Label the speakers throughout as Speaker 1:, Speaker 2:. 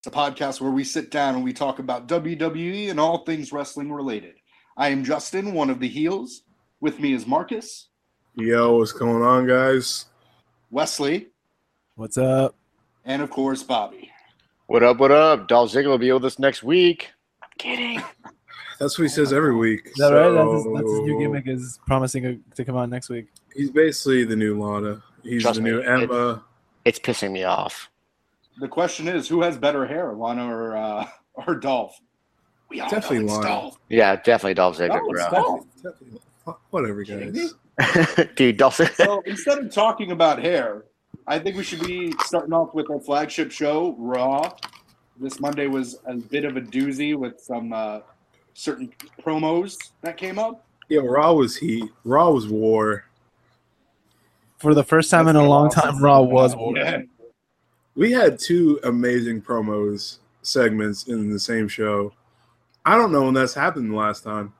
Speaker 1: It's a podcast where we sit down and we talk about WWE and all things wrestling related. I am Justin, one of the heels. With me is Marcus,
Speaker 2: Yo, what's going on, guys?
Speaker 1: Wesley,
Speaker 3: What's up?
Speaker 1: and of course, Bobby.
Speaker 4: What up, what up? Dolph Ziggler will be with us next week. I'm kidding.
Speaker 2: That's what he says every week.
Speaker 3: Is that right? That's his, that's his
Speaker 2: So,
Speaker 3: new gimmick. Is promising to come on next week.
Speaker 2: He's basically the new Lana. He's
Speaker 4: Trust
Speaker 2: the
Speaker 4: me,
Speaker 2: new
Speaker 4: it-
Speaker 2: Emma.
Speaker 4: It's pissing me off.
Speaker 1: The question is, who has better hair, Lana or uh, or Dolph? We all
Speaker 2: Definitely
Speaker 1: know it's
Speaker 2: Lana.
Speaker 1: Dolph.
Speaker 4: Yeah, definitely Dolph Ziggler,
Speaker 1: Oh,
Speaker 4: bro.
Speaker 1: Dolph.
Speaker 2: Definitely- Whatever,
Speaker 1: Kidding me?
Speaker 2: guys.
Speaker 4: Dude, Dolph Ziggler.
Speaker 1: So instead of talking about hair, I think we should be starting off with our flagship show, Raw. This Monday was a bit of a doozy with some uh, certain promos that came up.
Speaker 2: Yeah, Raw was heat. Raw was war.
Speaker 3: For the first time
Speaker 1: That's
Speaker 3: in a
Speaker 1: been
Speaker 3: long
Speaker 1: while since
Speaker 3: time,
Speaker 1: it's
Speaker 3: Raw
Speaker 1: been
Speaker 3: was
Speaker 1: out.
Speaker 3: war.
Speaker 1: Yeah.
Speaker 2: We had two amazing promos segments in the same show. I don't know when that's happened the last time.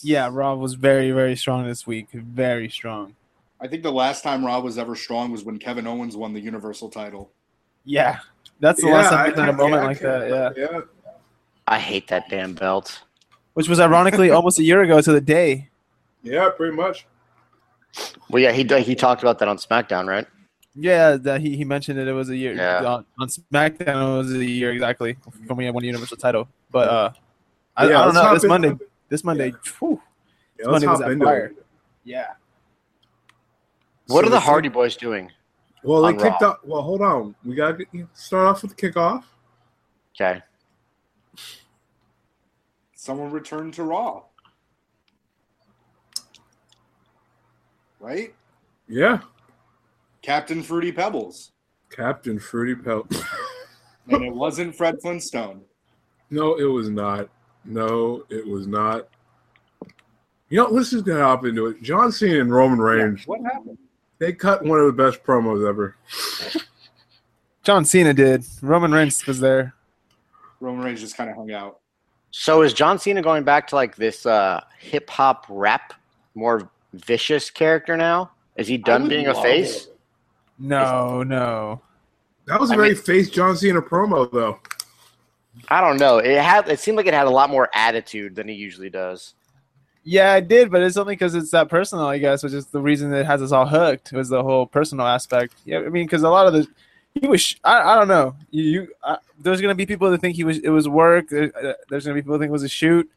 Speaker 3: Yeah, Raw was very, very strong this week. Very strong.
Speaker 1: I think the last time Raw was ever strong was when Kevin Owens won the Universal title.
Speaker 3: Yeah, that's the
Speaker 2: Yeah,
Speaker 3: last
Speaker 2: I
Speaker 3: time I've had a
Speaker 2: can't-
Speaker 3: moment
Speaker 2: yeah, I
Speaker 3: like that. Yeah,
Speaker 2: can't- yeah.
Speaker 4: I hate that damn belt.
Speaker 3: which was ironically almost a year ago to the day.
Speaker 2: Yeah, pretty much.
Speaker 4: Well, yeah, he he talked about that on SmackDown, right?
Speaker 3: Yeah, that he, he mentioned that it was a year
Speaker 4: Yeah.
Speaker 3: on, on SmackDown. It was a year exactly from when he won the Universal title. But uh, I,
Speaker 2: Yeah,
Speaker 3: I don't
Speaker 2: let's
Speaker 3: know.
Speaker 2: hop
Speaker 3: This
Speaker 2: in-
Speaker 3: Monday, this Monday, whew,
Speaker 2: Yeah, let's
Speaker 3: Monday was
Speaker 2: hop
Speaker 3: on
Speaker 2: into
Speaker 3: fire.
Speaker 2: it.
Speaker 3: yeah.
Speaker 4: What
Speaker 2: So
Speaker 4: are the
Speaker 2: it's-
Speaker 4: Hardy Boys doing?
Speaker 2: Well, they
Speaker 4: on Raw?
Speaker 2: kicked off. Well, hold on. We got to start off with the kickoff.
Speaker 4: Okay.
Speaker 1: Someone returned to Raw. Right?
Speaker 2: Yeah.
Speaker 1: Captain Fruity Pebbles.
Speaker 2: Captain Fruity Pelt.
Speaker 1: And it wasn't Fred Flintstone.
Speaker 2: No, it was not. No, it was not. You know, let's just gonna hop into it. John Cena and Roman Reigns,
Speaker 1: What happened?
Speaker 2: they cut one of the best promos ever.
Speaker 3: John Cena did. Roman Reigns was there.
Speaker 1: Roman Reigns just kind of hung out.
Speaker 4: So is John Cena going back to like this uh, hip hop rap, more vicious character now? Is he
Speaker 1: I
Speaker 4: done
Speaker 1: would
Speaker 4: being a
Speaker 1: love
Speaker 4: face?
Speaker 1: it.
Speaker 3: No, no.
Speaker 2: That was a
Speaker 4: I
Speaker 2: very
Speaker 4: mean-
Speaker 2: face John Cena promo, though.
Speaker 4: I don't know. It had it seemed like it had a lot more attitude than he usually does.
Speaker 3: Yeah, I did, but it's only because it's that personal, I guess, which is the reason that it has us all hooked was the whole personal aspect. Yeah, I mean, because a lot of the he was, sh- I, I don't know, you, you I, there's gonna be people that think he was it was work. There, uh, there's gonna be people that think it was a shoot.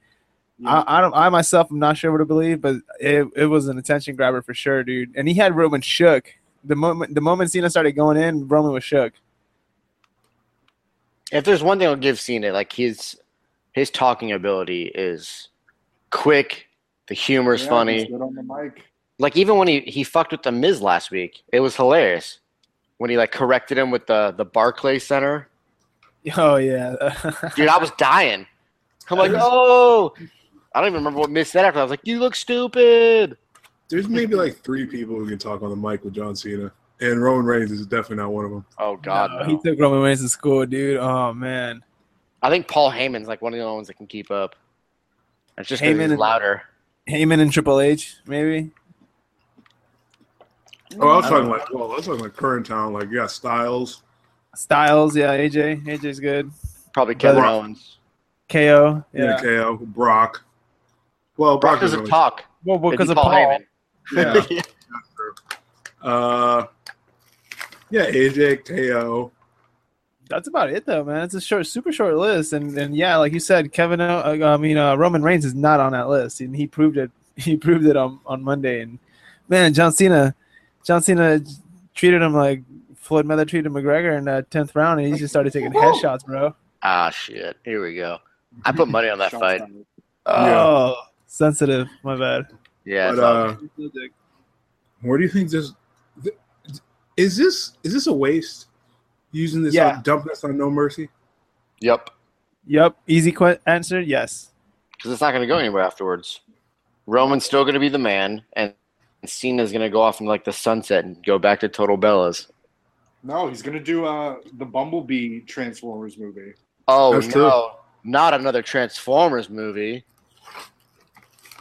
Speaker 3: I, I don't, I myself am not sure what to believe, but it, it was an attention grabber for sure, dude. And he had Roman shook the moment the moment Cena started going in, Roman was shook.
Speaker 4: If there's one thing I'll give Cena, like his his talking ability is quick, the humor's
Speaker 1: Yeah,
Speaker 4: funny.
Speaker 1: just Get on the mic.
Speaker 4: Like even when he he fucked with the Miz last week, it was hilarious. When he like corrected him with the the Barclay Center,
Speaker 3: Oh yeah,
Speaker 4: dude, I was dying. I'm like,
Speaker 2: That is-
Speaker 4: oh, I don't even remember what Miz said after. that. I was like, you look stupid.
Speaker 2: There's maybe like three people who can talk on the mic with John Cena, and Roman Reigns is definitely not one of them.
Speaker 4: Oh God, no.
Speaker 3: he took Roman Reigns to school, dude. Oh man.
Speaker 4: I think Paul Heyman's like one of the only ones that can keep up. It's just
Speaker 3: Heyman
Speaker 4: Heyman
Speaker 3: and-
Speaker 4: louder.
Speaker 3: Heyman and Triple H, maybe.
Speaker 2: Oh, I was
Speaker 3: I
Speaker 2: talking
Speaker 3: don't-
Speaker 2: like, well, I was talking like current town, like yeah, Styles.
Speaker 3: Styles, yeah, AJ, AJ's good.
Speaker 4: Probably Kevin
Speaker 2: Brock.
Speaker 4: Owens.
Speaker 3: KO,
Speaker 2: Yeah.
Speaker 3: yeah.
Speaker 2: KO, Brock. Well,
Speaker 4: Brock
Speaker 2: Brock,
Speaker 4: doesn't
Speaker 2: is
Speaker 4: talk.
Speaker 3: Well,
Speaker 4: It'd
Speaker 3: because
Speaker 4: be
Speaker 3: of Paul.
Speaker 4: Heyman.
Speaker 2: Yeah. Uh, yeah, AJ, KO.
Speaker 3: That's about it, though, man. It's a short, super short list, and and yeah, like you said, Kevin. Uh, I mean, uh, Roman Reigns is not on that list, and he proved it. He proved it on on Monday, and man, John Cena, John Cena treated him like Floyd Mayweather treated McGregor in that tenth round, and he just started taking
Speaker 1: Whoa.
Speaker 3: headshots, bro.
Speaker 4: Ah, shit. Here we go. I put money on that
Speaker 1: Shots
Speaker 4: fight.
Speaker 1: fired.
Speaker 3: Oh, sensitive. My bad.
Speaker 4: Yeah.
Speaker 2: but
Speaker 4: it's all-
Speaker 2: uh, Where do you think this th- is? This is this a waste? Using this,
Speaker 3: Yeah.
Speaker 2: on, dumping this on No Mercy.
Speaker 4: yep.
Speaker 3: Yep. Easy que- answer. Yes.
Speaker 4: Because it's not going to go anywhere afterwards. Roman's still going to be the man, and Cena's going to go off in like the sunset and go back to Total Bellas.
Speaker 1: No, he's gonna do uh the Bumblebee Transformers movie.
Speaker 4: Oh
Speaker 2: That's
Speaker 4: no!
Speaker 2: true.
Speaker 4: Not another Transformers movie.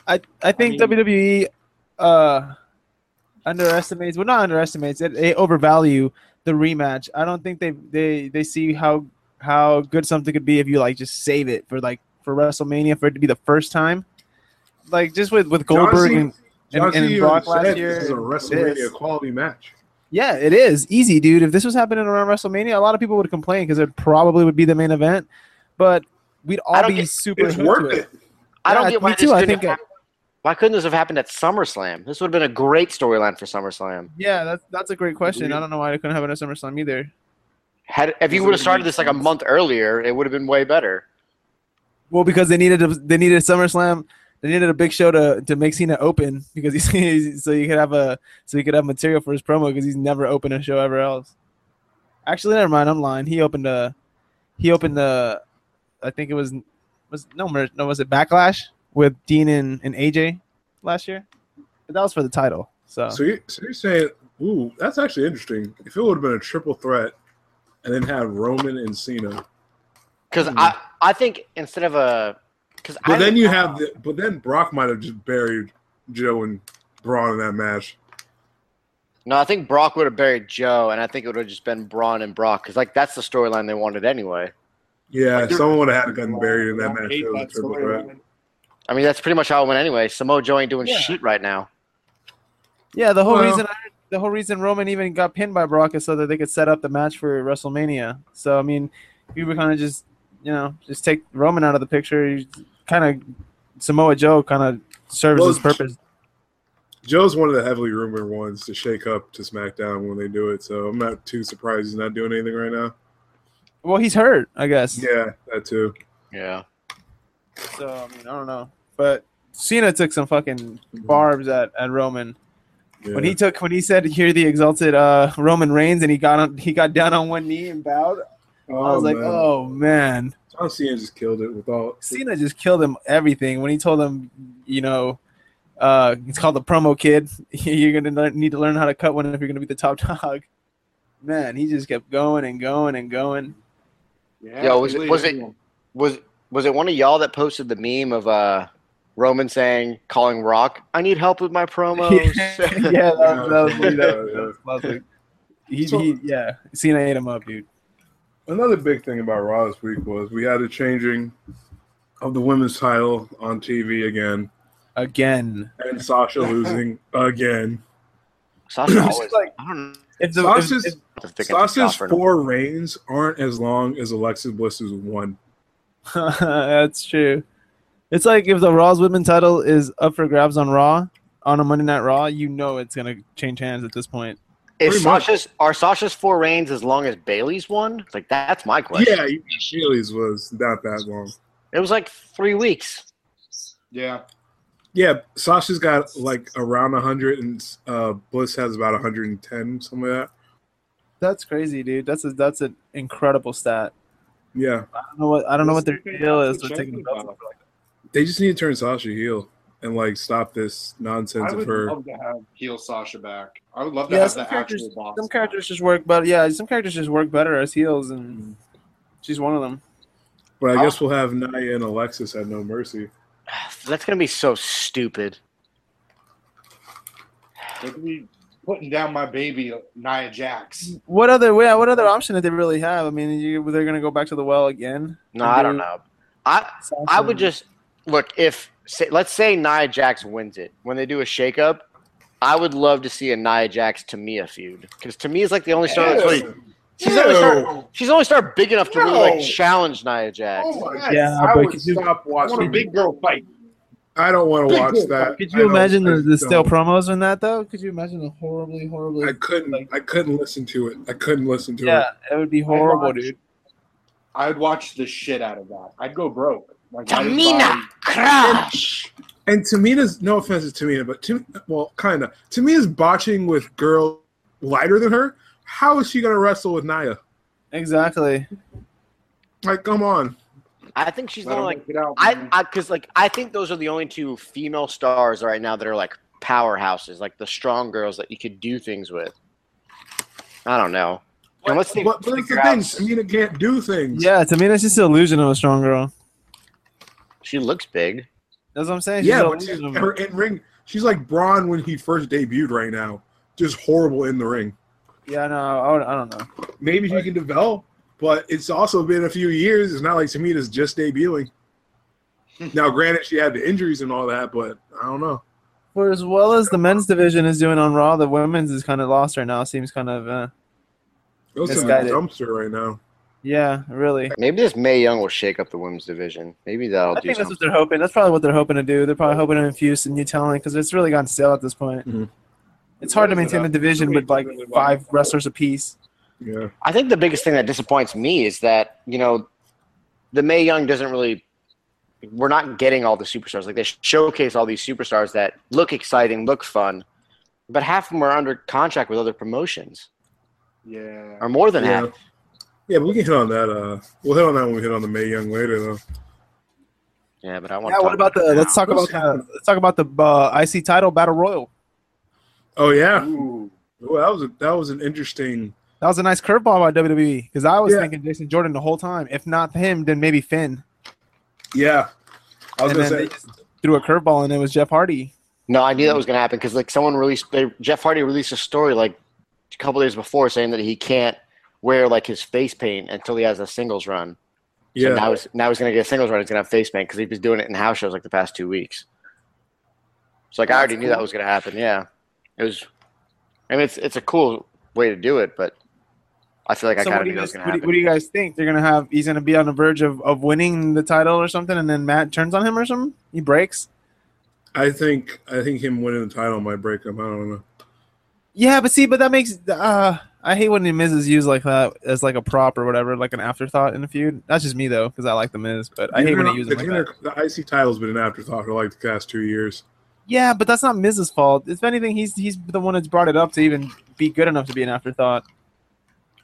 Speaker 3: I I think
Speaker 1: mean-
Speaker 3: WWE uh underestimates well not underestimates it they overvalue the rematch. I don't think they they they see how how good something could be if you like just save it for like for WrestleMania for it to be the first time. Like just with with
Speaker 2: John
Speaker 3: Goldberg
Speaker 2: Cena-
Speaker 3: and and-
Speaker 2: John
Speaker 3: and
Speaker 2: Cena
Speaker 3: Brock
Speaker 2: said
Speaker 3: last
Speaker 2: This
Speaker 3: year
Speaker 2: is a
Speaker 3: and
Speaker 2: WrestleMania
Speaker 3: this.
Speaker 2: quality match.
Speaker 3: yeah, it is easy, dude. If this was happening around WrestleMania, a lot of people would complain because it probably would be the main event, but we'd
Speaker 4: I
Speaker 3: all
Speaker 4: don't
Speaker 3: be
Speaker 4: get-
Speaker 3: super.
Speaker 2: It's
Speaker 3: hooked
Speaker 2: worth
Speaker 3: to
Speaker 2: it.
Speaker 4: I don't
Speaker 3: Yeah,
Speaker 4: get why
Speaker 3: me
Speaker 4: this
Speaker 3: too, I
Speaker 4: couldn't
Speaker 3: think
Speaker 4: have
Speaker 3: I-
Speaker 4: happened. Why couldn't this have happened at SummerSlam? This would have been a great storyline for SummerSlam.
Speaker 3: Yeah, that's that's a great question. I don't know why I couldn't have it at SummerSlam either.
Speaker 4: Had if you
Speaker 1: This
Speaker 4: would
Speaker 1: would
Speaker 4: have
Speaker 1: make
Speaker 4: started this like a
Speaker 1: sense.
Speaker 4: month earlier, it would have been way better.
Speaker 3: Well, because they needed a, they needed SummerSlam, they needed a big show to to make Cena open because he's, he's so you could have a so he could have material for his promo because he's never opened a show ever else. Actually, never mind. I'm lying. He opened a he opened a I think it was was no mer- no was it Backlash with Dean and, and AJ last year, but that was for the title. So,
Speaker 2: So, you, so you're saying, ooh, that's actually interesting. If it would have been a triple threat, and then have Roman and Cena,
Speaker 4: Because
Speaker 3: Mhm.
Speaker 4: I I think instead of a because
Speaker 2: but then you have, the, but then Brock might have just buried Joe and Braun in that match.
Speaker 4: no, I think Brock would have buried Joe, and I think it would have just been Braun and Brock because like that's the storyline they wanted anyway.
Speaker 2: Yeah,
Speaker 1: Like,
Speaker 2: someone would have had a gun
Speaker 1: Wow,
Speaker 2: buried in
Speaker 1: I
Speaker 2: that match.
Speaker 1: hate
Speaker 2: if It was a
Speaker 1: that
Speaker 2: triple
Speaker 1: storyline.
Speaker 2: threat.
Speaker 4: I mean that's pretty much how it went anyway. Samoa Joe ain't doing
Speaker 3: Yeah.
Speaker 4: shit right now.
Speaker 3: yeah, the whole
Speaker 2: Well-
Speaker 3: reason I, the whole reason Roman even got pinned by Brock is so that they could set up the match for WrestleMania. So I mean, you were kind of just you know just take Roman out of the picture. Kind of Samoa Joe kind of serves
Speaker 2: Well,
Speaker 3: his purpose.
Speaker 2: Joe's one of the heavily rumored ones to shake up to SmackDown when they do it, so I'm not too surprised he's not doing anything right now.
Speaker 3: Well, he's hurt, I guess.
Speaker 2: Yeah, that too.
Speaker 4: Yeah.
Speaker 3: So I mean, I don't know, but Cena took some fucking barbs at, at Roman
Speaker 2: Yeah.
Speaker 3: when he took when he said "Hear the exalted uh, Roman Reigns" and he got on he got down on one knee and bowed. I was like,
Speaker 2: man.
Speaker 3: oh man.
Speaker 2: John Cena just killed it with all.
Speaker 3: Cena just killed him everything when he told him, you know, uh, it's called the promo kid. you're gonna learn, need to learn how to cut one if you're gonna be the top dog. Man, he just kept going and going and going.
Speaker 1: Yeah,
Speaker 4: Yo, was it-
Speaker 1: really
Speaker 4: was it-
Speaker 1: cool.
Speaker 4: Was was it one of y'all that posted the meme of uh Roman saying calling Rock, I need help with my promos.
Speaker 3: yeah, that was, that was, that was, that was lovely. He,
Speaker 2: So-
Speaker 3: he, yeah, Cena ate him up, dude.
Speaker 2: Another big thing about Raw this week was we had a changing of the women's title on TV again,
Speaker 3: Again,
Speaker 2: and Sasha losing again.
Speaker 4: Sasha
Speaker 2: She's
Speaker 4: always,
Speaker 3: like-
Speaker 4: I don't know.
Speaker 3: if the, if-
Speaker 2: Sasha's,
Speaker 3: if-
Speaker 4: the thick and
Speaker 2: Sasha's
Speaker 4: tough or no.
Speaker 2: four reigns aren't as long as Alexa Bliss's one.
Speaker 3: that's true. It's like if the Raw's women title is up for grabs on Raw on a Monday Night Raw, you know it's gonna change hands at this point.
Speaker 4: Is
Speaker 2: Pretty much.
Speaker 4: Sasha's are Sasha's four reigns as long as Bailey's one? It's Like that's my question.
Speaker 2: Yeah, even Shealy's was not that long.
Speaker 4: It was like three weeks.
Speaker 1: Yeah,
Speaker 2: Yeah, Sasha's got like around 100, and uh, Bliss has about 110, something like that.
Speaker 3: That's crazy, dude. That's a, that's an incredible stat.
Speaker 2: Yeah,
Speaker 3: I don't know what I don't know what their
Speaker 1: Listen, okay,
Speaker 3: deal
Speaker 1: that's
Speaker 3: is
Speaker 1: what
Speaker 3: with taking the
Speaker 1: Jackson
Speaker 3: belts
Speaker 1: thought.
Speaker 3: off like
Speaker 2: they just need to turn Sasha heel and like stop this nonsense
Speaker 1: I
Speaker 2: of
Speaker 1: would
Speaker 2: her.
Speaker 1: love to have heel Sasha back. I would love
Speaker 3: that.
Speaker 1: to
Speaker 3: Yeah,
Speaker 1: have
Speaker 3: some
Speaker 1: the actual
Speaker 3: characters
Speaker 1: boss.
Speaker 3: some
Speaker 1: back.
Speaker 3: characters just work better. Yeah, some characters just work better as heels, and she's one of them.
Speaker 2: But I guess we'll have Nia and Alexis at No Mercy.
Speaker 4: That's gonna be so stupid.
Speaker 1: They could be putting down my baby Nia Jax.
Speaker 3: What other yeah, What other option did they really have? I mean, you, they're gonna go back to the well again.
Speaker 4: No, I don't know. I I would just look if say, let's say Nia Jax wins it when they do a shakeup. I would love to see a Nia Jax Tamia feud because Tamia is like the only star that's really
Speaker 1: Oh
Speaker 4: she's the only star she's the only star big enough to really like
Speaker 1: No.
Speaker 4: challenge Nia Jax.
Speaker 1: Oh my God.
Speaker 3: Yeah,
Speaker 1: I
Speaker 3: but
Speaker 1: would
Speaker 3: could you-
Speaker 1: stop
Speaker 2: watching.
Speaker 1: watching a big girl fight.
Speaker 2: I don't want to watch that.
Speaker 3: Could
Speaker 2: I
Speaker 3: you
Speaker 2: don't-
Speaker 3: imagine
Speaker 2: I
Speaker 3: the, the stale
Speaker 2: don't.
Speaker 3: promos in that though? Could you imagine the horribly, horribly?
Speaker 2: I couldn't.
Speaker 3: Like-
Speaker 2: I couldn't listen to it. I couldn't listen to
Speaker 3: yeah, it would be horrible,
Speaker 1: watched-
Speaker 3: dude.
Speaker 1: I'd watch the shit out of that. I'd go broke. Like, I'd
Speaker 4: Tamina
Speaker 1: buy-
Speaker 4: crash.
Speaker 2: it. And Tamina's no offense to Tamina, but Tam, well, kind of. Tamina's botching with girl lighter than her. How is she gonna wrestle with Nia?
Speaker 3: Exactly.
Speaker 2: Like, come on.
Speaker 4: I think she's the
Speaker 1: let
Speaker 4: only
Speaker 1: her
Speaker 4: like
Speaker 1: work it out,
Speaker 4: I,
Speaker 1: man.
Speaker 4: I, cause like I think those are the only two female stars right now that are like powerhouses, like the strong girls that you could do things with. I don't know. And let's see.
Speaker 2: But, but that's the
Speaker 4: figure
Speaker 2: thing.
Speaker 4: out-
Speaker 2: Tamina can't do things.
Speaker 3: Yeah, to me that's just the illusion of a strong girl.
Speaker 4: She looks big.
Speaker 3: That's what I'm saying. She's
Speaker 2: Yeah.
Speaker 3: the
Speaker 2: But she's,
Speaker 3: illusion of-
Speaker 2: her in ring, she's like Braun when he first debuted. Right now, just horrible in the ring.
Speaker 3: yeah, no, I, would- I don't know.
Speaker 2: Maybe she can develop but it's also been a few years. It's not like Tamina's just debuting. now, granted, she had the injuries and all that, but I don't know.
Speaker 3: For as well as the men's division is doing on Raw, the women's is kind of lost right now. Seems kind of, uh,
Speaker 2: Those
Speaker 3: This
Speaker 2: in
Speaker 3: guy
Speaker 2: the
Speaker 3: did-
Speaker 2: dumpster right now.
Speaker 3: yeah, really.
Speaker 4: Maybe this May Young will shake up the women's division. Maybe that'll
Speaker 3: I
Speaker 4: do
Speaker 3: think that's what
Speaker 4: something.
Speaker 3: they're hoping. That's probably what they're hoping to do. They're probably hoping to infuse some new talent because it's really gone stale at this point.
Speaker 2: Mhm.
Speaker 3: It's hard to maintain a division with like five wrestlers apiece.
Speaker 2: Yeah.
Speaker 4: I think the biggest thing that disappoints me is that you know, the May Young doesn't really. We're not getting all the superstars. Like they showcase all these superstars that look exciting, look fun, but half of them are under contract with other promotions,
Speaker 1: Yeah.
Speaker 4: or more than
Speaker 2: Yeah.
Speaker 4: half.
Speaker 2: yeah, but we can hit on that. Uh, we'll hit on that when we hit on the May Young later, though.
Speaker 4: Yeah, but I want.
Speaker 3: Yeah,
Speaker 4: to
Speaker 3: what about the? Let's talk about
Speaker 2: Who's
Speaker 3: the, let's talk about the uh, IC title battle royal.
Speaker 2: Oh yeah,
Speaker 1: Ooh.
Speaker 2: well, that was a, that was an interesting.
Speaker 3: That was a nice curveball by WWE because I was
Speaker 2: Yeah.
Speaker 3: thinking Jason Jordan the whole time. If not him, then maybe Finn.
Speaker 2: Yeah, I was
Speaker 3: And
Speaker 2: gonna
Speaker 3: then
Speaker 2: say
Speaker 3: they just threw a curveball and it was Jeff Hardy.
Speaker 4: No, I knew that was going to happen because like someone released they, Jeff Hardy released a story like a couple days before saying that he can't wear like his face paint until he has a singles run. So
Speaker 2: yeah.
Speaker 4: now he's now he's going to get a singles run. He's going to have face paint because he was doing it in house shows like the past two weeks. So like I already knew that was going to happen. Yeah, it was. I mean, it's it's a cool way to do it, but I feel like I
Speaker 3: so
Speaker 4: kind
Speaker 3: what
Speaker 4: of
Speaker 3: do,
Speaker 4: knew
Speaker 3: you
Speaker 4: that was
Speaker 3: guys,
Speaker 4: going
Speaker 3: what, do,
Speaker 4: to happen.
Speaker 3: what do you guys think? They're gonna have he's gonna be on the verge of, of winning the title or something, and then Matt turns on him or something. He breaks.
Speaker 2: I think I think him winning the title might break him. I don't know.
Speaker 3: Yeah, but see, but that makes uh I hate when the Miz is used like that as like a prop or whatever, like an afterthought in a feud. That's just me though, because I like the Miz, but I hate when they use
Speaker 2: the,
Speaker 3: him like that.
Speaker 2: the IC title's been an afterthought for like the past two years.
Speaker 3: Yeah, but that's not Miz's fault. If anything, he's he's the one that's brought it up to even be good enough to be an afterthought.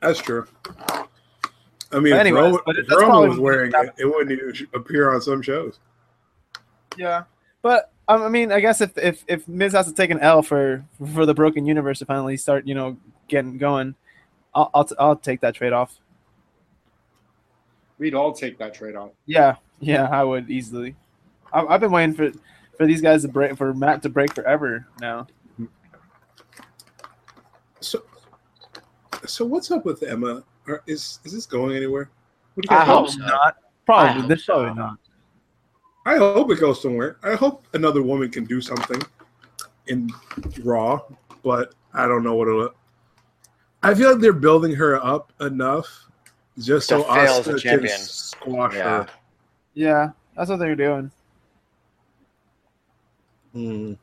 Speaker 2: That's true. I mean,
Speaker 3: But
Speaker 2: if
Speaker 3: anyways,
Speaker 2: Roman,
Speaker 3: but
Speaker 2: if
Speaker 3: that's
Speaker 2: Roman
Speaker 3: probably-
Speaker 2: was wearing it, it wouldn't even appear on some shows.
Speaker 3: Yeah, but um, I mean, I guess if if if Miz has to take an L for for the broken universe to finally start, you know, getting going, I'll I'll, t- I'll take that trade off.
Speaker 1: We'd all take that trade off.
Speaker 3: Yeah, yeah, I would easily. I, I've been waiting for for these guys to break for Matt to break forever now.
Speaker 2: So, so what's up with Emma? Or is is this going anywhere? What
Speaker 4: I
Speaker 2: guys
Speaker 4: hope
Speaker 2: think?
Speaker 4: so.
Speaker 3: not.
Speaker 4: Oh, I
Speaker 3: Probably,
Speaker 4: hope
Speaker 3: this
Speaker 4: so.
Speaker 3: probably not.
Speaker 2: I hope it goes somewhere. I hope another woman can do something in Raw, but I don't know what it'll. I feel like they're building her up enough just so
Speaker 4: To fail as a
Speaker 2: Asuka can
Speaker 4: champion.
Speaker 2: squash
Speaker 4: Yeah.
Speaker 2: her.
Speaker 3: Yeah, that's what they're doing.
Speaker 2: Mm.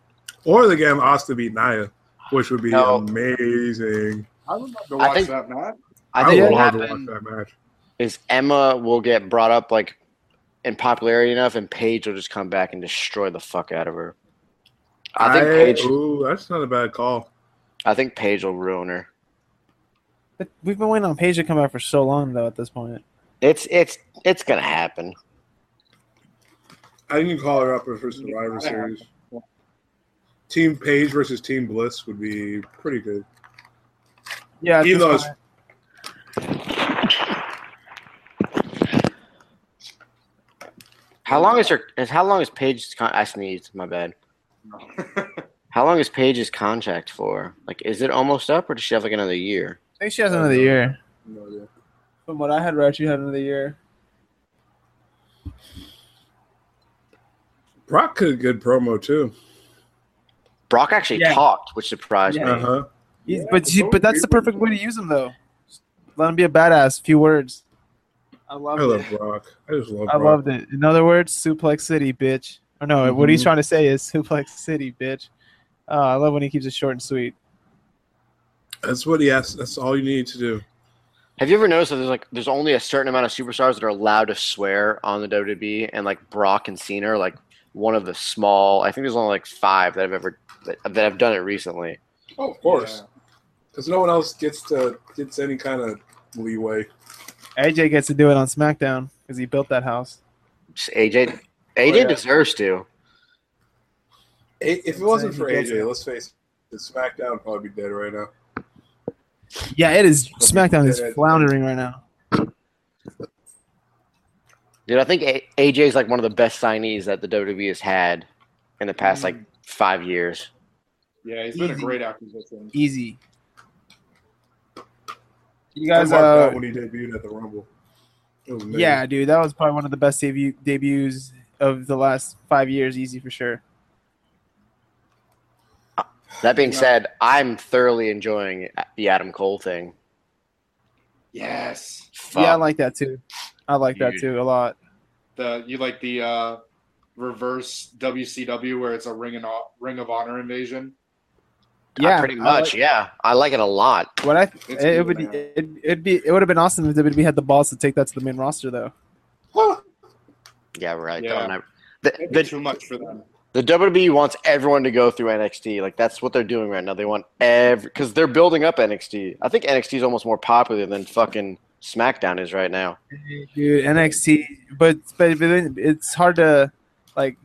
Speaker 2: Or they get Asuka beat Naya, which would be
Speaker 4: No.
Speaker 2: amazing.
Speaker 1: I would love to
Speaker 4: I
Speaker 1: watch
Speaker 4: think-
Speaker 1: that match.
Speaker 4: I think
Speaker 2: would love
Speaker 4: what
Speaker 2: to
Speaker 4: happened
Speaker 2: watch that match.
Speaker 4: is Emma will get brought up like in popularity enough, and Paige will just come back and destroy the fuck out of her. I think Paige.
Speaker 2: Ooh, that's not a bad call.
Speaker 4: I think Paige will ruin her.
Speaker 3: But we've been waiting on Paige to come back for so long though. At this point,
Speaker 4: It's it's it's gonna happen.
Speaker 2: I think you call her up for Survivor Series. Team Page versus Team Bliss would be pretty good.
Speaker 3: yeah, at this
Speaker 2: Elo's-
Speaker 3: point-
Speaker 4: How long is her? Is how long is Paige's? Con- I sneezed. My bad. How long is Paige's contract for? Like, is it almost up, or does she have like another year?
Speaker 3: I think she has another year.
Speaker 2: No idea.
Speaker 3: From what I had read, she had another year.
Speaker 2: Brock could a good promo too.
Speaker 4: Brock actually
Speaker 3: Yeah.
Speaker 4: talked, which surprised
Speaker 3: Yeah.
Speaker 4: me.
Speaker 2: Uh huh.
Speaker 3: He's,
Speaker 1: Yeah,
Speaker 3: but
Speaker 1: the
Speaker 3: he, but
Speaker 1: vote
Speaker 3: that's the
Speaker 1: really
Speaker 3: perfect way
Speaker 1: was-
Speaker 3: to use him, though. Just Let him be a badass. Few words. I loved
Speaker 2: I love
Speaker 3: it.
Speaker 2: Brock. I just love.
Speaker 3: I
Speaker 2: Brock.
Speaker 3: loved it. In other words, Suplex City, bitch. Or no, what he's
Speaker 2: Mhm.
Speaker 3: trying to say is Suplex City, bitch. Uh, I love when he keeps it short and sweet.
Speaker 2: That's what he asked. That's all you need to do.
Speaker 4: Have you ever noticed that there's like there's only a certain amount of superstars that are allowed to swear on the WWE, and like Brock and Cena are like one of the small. I think there's only like five that have ever that, that have done it recently.
Speaker 2: Oh, of course, because no one else gets to gets any kind of leeway.
Speaker 3: AJ gets to do it on SmackDown because he built that house.
Speaker 4: Just
Speaker 3: Oh,
Speaker 4: AJ, AJ
Speaker 2: yeah.
Speaker 4: deserves to.
Speaker 2: A- If it wasn't for
Speaker 3: Exactly.
Speaker 2: AJ, let's face it, SmackDown would probably be dead right now.
Speaker 3: Yeah, it is. SmackDown is
Speaker 2: Yeah.
Speaker 3: floundering right now.
Speaker 4: Dude, I think A- AJ is like one of the best signees that the WWE has had in the
Speaker 3: Mm.
Speaker 4: past like five years.
Speaker 1: Yeah, he's been a
Speaker 4: E-
Speaker 3: Easy.
Speaker 1: great acquisition.
Speaker 3: Easy. You guys,
Speaker 2: I marked
Speaker 3: uh,
Speaker 2: out when he debuted at the Rumble. It was amazing.
Speaker 3: yeah, dude, that was probably one of the best debut debuts of the last five years, easy for sure.
Speaker 4: That being said, I'm thoroughly enjoying the Adam Cole thing. Uh,
Speaker 1: Yes.
Speaker 4: Fuck.
Speaker 3: Yeah, I like that too. I like that
Speaker 4: Dude.
Speaker 3: too a lot.
Speaker 1: The you like the uh, reverse WCW where it's a ring and o- ring of honor invasion.
Speaker 4: Uh,
Speaker 3: Yeah,
Speaker 4: pretty
Speaker 3: I
Speaker 4: much. yeah, I like it a lot.
Speaker 3: What I
Speaker 1: It's
Speaker 3: it,
Speaker 1: cool,
Speaker 3: would
Speaker 1: man.
Speaker 3: it, it'd be it would have been awesome if WWE had the balls to take that to the main roster though.
Speaker 4: Yeah, right.
Speaker 1: Yeah.
Speaker 4: Don't ever- The,
Speaker 1: It'd be
Speaker 4: the,
Speaker 1: too much for them.
Speaker 4: the WWE wants everyone to go through NXT. Like that's what they're doing right now. They want every because they're building up NXT. I think NXT is almost more popular than fucking SmackDown is right now.
Speaker 3: Dude, NXT, but but but then it's hard to like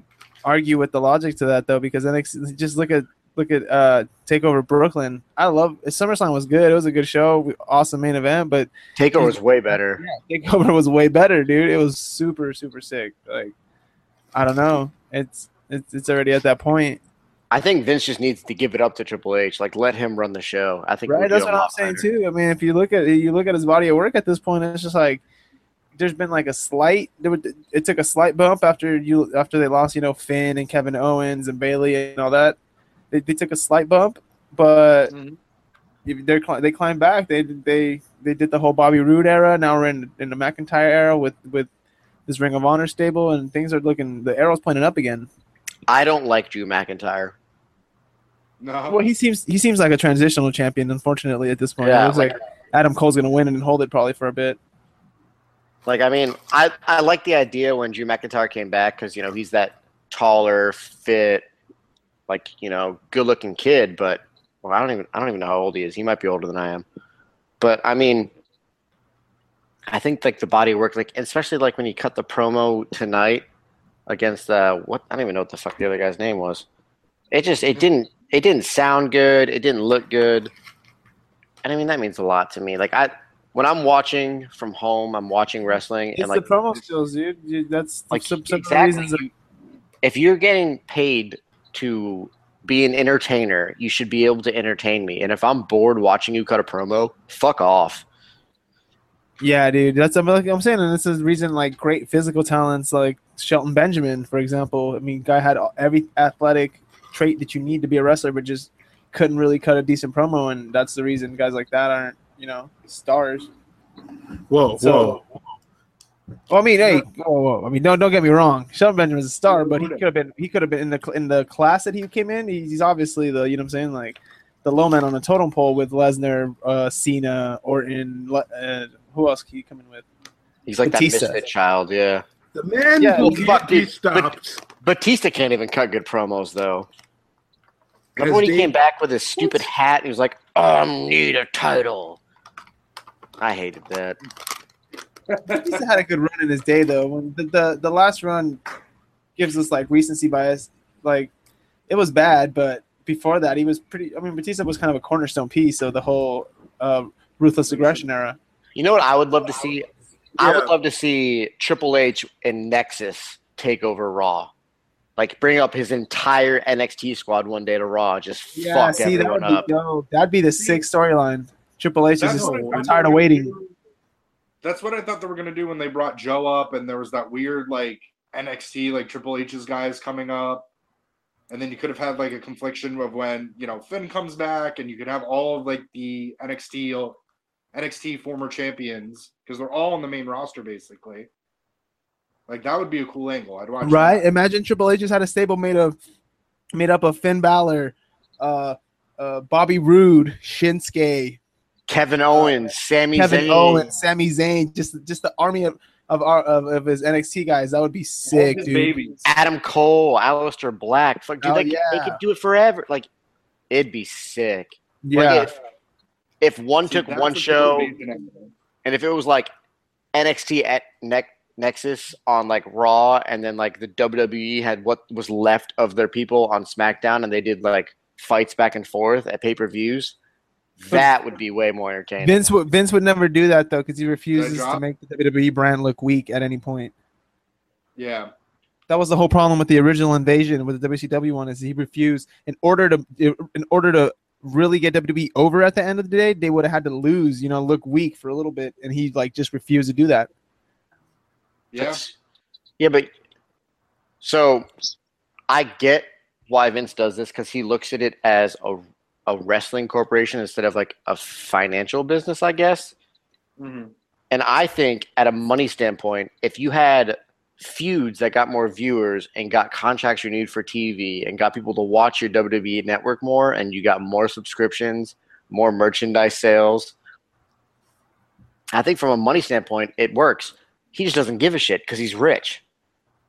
Speaker 3: argue with the logic to that though because NXT. Just look at look at uh Takeover Brooklyn. I love SummerSlam was good. It was a good show, we- awesome main event. But
Speaker 4: Takeover is way better.
Speaker 3: yeah, Takeover was way better, dude. It was super super sick. Like I don't know, it's it's it's already at that point.
Speaker 4: I think Vince just needs to give it up to Triple H. Like let him run the show. I think
Speaker 3: Right, that's what I'm saying too. I mean, if you look at you look at his body of work at this point, it's just like there's been like a slight. There would, it took a slight bump after you after they lost, you know, Finn and Kevin Owens and Bailey and all that. They, they took a slight bump, but
Speaker 1: Mhm.
Speaker 3: if they're cli- they climbed back. They they they did the whole Bobby Roode era. Now we're in in the McIntyre era with with this Ring of Honor stable, and things are looking the arrows pointing up again.
Speaker 4: I don't like Drew McIntyre.
Speaker 1: No.
Speaker 3: Well, he seems he seems like a transitional champion. Unfortunately, at this point,
Speaker 4: Yeah,
Speaker 3: it looks like, Adam Cole's going to win and hold it probably for a bit.
Speaker 4: Like, I mean, I, I like the idea when Drew McIntyre came back because, you know, he's that taller, fit, like, you know, good looking kid, but well, I don't even I don't even know how old he is. He might be older than I am. But I mean I think like the body work, like especially like when he cut the promo tonight against uh what I don't even know what the fuck the other guy's name was. It just it didn't it didn't sound good, it didn't look good. And I mean that means a lot to me. Like I when I'm watching from home, I'm watching wrestling
Speaker 3: It's
Speaker 4: and like
Speaker 3: the promo skills, dude. Dude, That's
Speaker 4: Like, e,
Speaker 3: some, some of the
Speaker 4: exactly.
Speaker 3: reasons. that-
Speaker 4: if you're getting paid to be an entertainer, you should be able to entertain me. And if I'm bored watching you cut a promo, fuck off.
Speaker 3: yeah, dude. That's I'm, like, I'm saying, and this is the reason like great physical talents like Shelton Benjamin, for example. I mean, guy had all- every athletic trait that you need to be a wrestler, but just couldn't really cut a decent promo, and that's the reason guys like that aren't you know stars.
Speaker 2: Whoa, whoa.
Speaker 3: So, well, I mean, hey, whoa, whoa. I mean, don't don't get me wrong. Shelton Benjamin's a star, but he could have been he could have been in the cl- in the class that he came in. He's he's obviously the you know what I'm saying like the low man on the totem pole with Lesnar, uh, Cena, Orton. Le- Uh, who else can you come in with?
Speaker 4: He's like
Speaker 3: Batista.
Speaker 4: that misfit child, yeah.
Speaker 2: The man
Speaker 3: Yeah,
Speaker 2: who
Speaker 3: he
Speaker 2: can't
Speaker 4: fucked
Speaker 2: be
Speaker 4: it,
Speaker 2: stopped.
Speaker 4: Batista can't even cut good promos though. Remember
Speaker 2: As
Speaker 4: when he
Speaker 2: they-
Speaker 4: came back with his stupid hat? He was like, "I need a title." I hated that.
Speaker 3: Batista had a good run in his day though. When the, the the last run gives us like recency bias, like it was bad, but before that he was pretty. I mean, Batista was kind of a cornerstone piece of the whole uh, ruthless aggression era.
Speaker 4: You know what I would love to see? I would
Speaker 2: Yeah.
Speaker 4: love to see Triple H and Nexus take over Raw. Like bring up his entire NXT squad one day to Raw, just fuck
Speaker 3: that
Speaker 4: everyone
Speaker 3: would
Speaker 4: up.
Speaker 3: be dope. That'd be the sick storyline. Triple H is
Speaker 1: That's
Speaker 3: just
Speaker 1: what I thought
Speaker 3: I'm
Speaker 1: they
Speaker 3: tired of
Speaker 1: were gonna
Speaker 3: waiting.
Speaker 1: do. That's what I thought they were gonna do when they brought Joe up, and there was that weird like NXT like Triple H's guys coming up, and then you could have had like a confliction of when you know Finn comes back, and you could have all of like the NXT or- NXT former champions because they're all on the main roster basically. Like that would be a cool angle. I'd watch.
Speaker 3: Right?
Speaker 1: That.
Speaker 3: Imagine Triple H just had a stable made of made up of Finn Balor, uh, uh, Bobby Roode, Shinsuke,
Speaker 4: Kevin Owens, Sami
Speaker 3: Kevin
Speaker 4: Zayn.
Speaker 3: Owens, Sami Zayn, just just the army of of our of, of his NXT guys. That would be
Speaker 1: All
Speaker 3: sick,
Speaker 1: his
Speaker 3: dude.
Speaker 1: Babies.
Speaker 4: Adam Cole, Aleister Black. Fuck, dude,
Speaker 3: Oh,
Speaker 4: they, could- they
Speaker 3: yeah.
Speaker 4: could do it forever. Like, it'd be sick.
Speaker 3: Yeah.
Speaker 4: Like, if, if one
Speaker 1: See,
Speaker 4: took
Speaker 1: that's
Speaker 4: one
Speaker 1: a good
Speaker 4: show,
Speaker 1: invasion angle.
Speaker 4: and if it was like NXT at ne- Nexus on like Raw, and then like the WWE had what was left of their people on SmackDown, and they did like fights back and forth at pay per views, that would be way more entertaining.
Speaker 3: Vince would Vince would never do that though because he refuses to
Speaker 1: drop?
Speaker 3: make the WWE brand look weak at any point.
Speaker 1: Yeah.
Speaker 3: That was the whole problem with the original invasion with the WCW one is he refused in order to in order to really get WWE over at the end of the day, they would have had to lose, you know, look weak for a little bit, and he like just refused to do that.
Speaker 1: Yeah.
Speaker 4: That's- yeah, but so I get why Vince does this because he looks at it as a a wrestling corporation instead of like a financial business, I guess.
Speaker 3: Mm-hmm.
Speaker 1: Mhm.
Speaker 4: And I think at a money standpoint, if you had feuds that got more viewers and got contracts renewed for TV and got people to watch your WWE network more and you got more subscriptions, more merchandise sales, I think from a money standpoint, it works. He just doesn't give a shit because he's rich.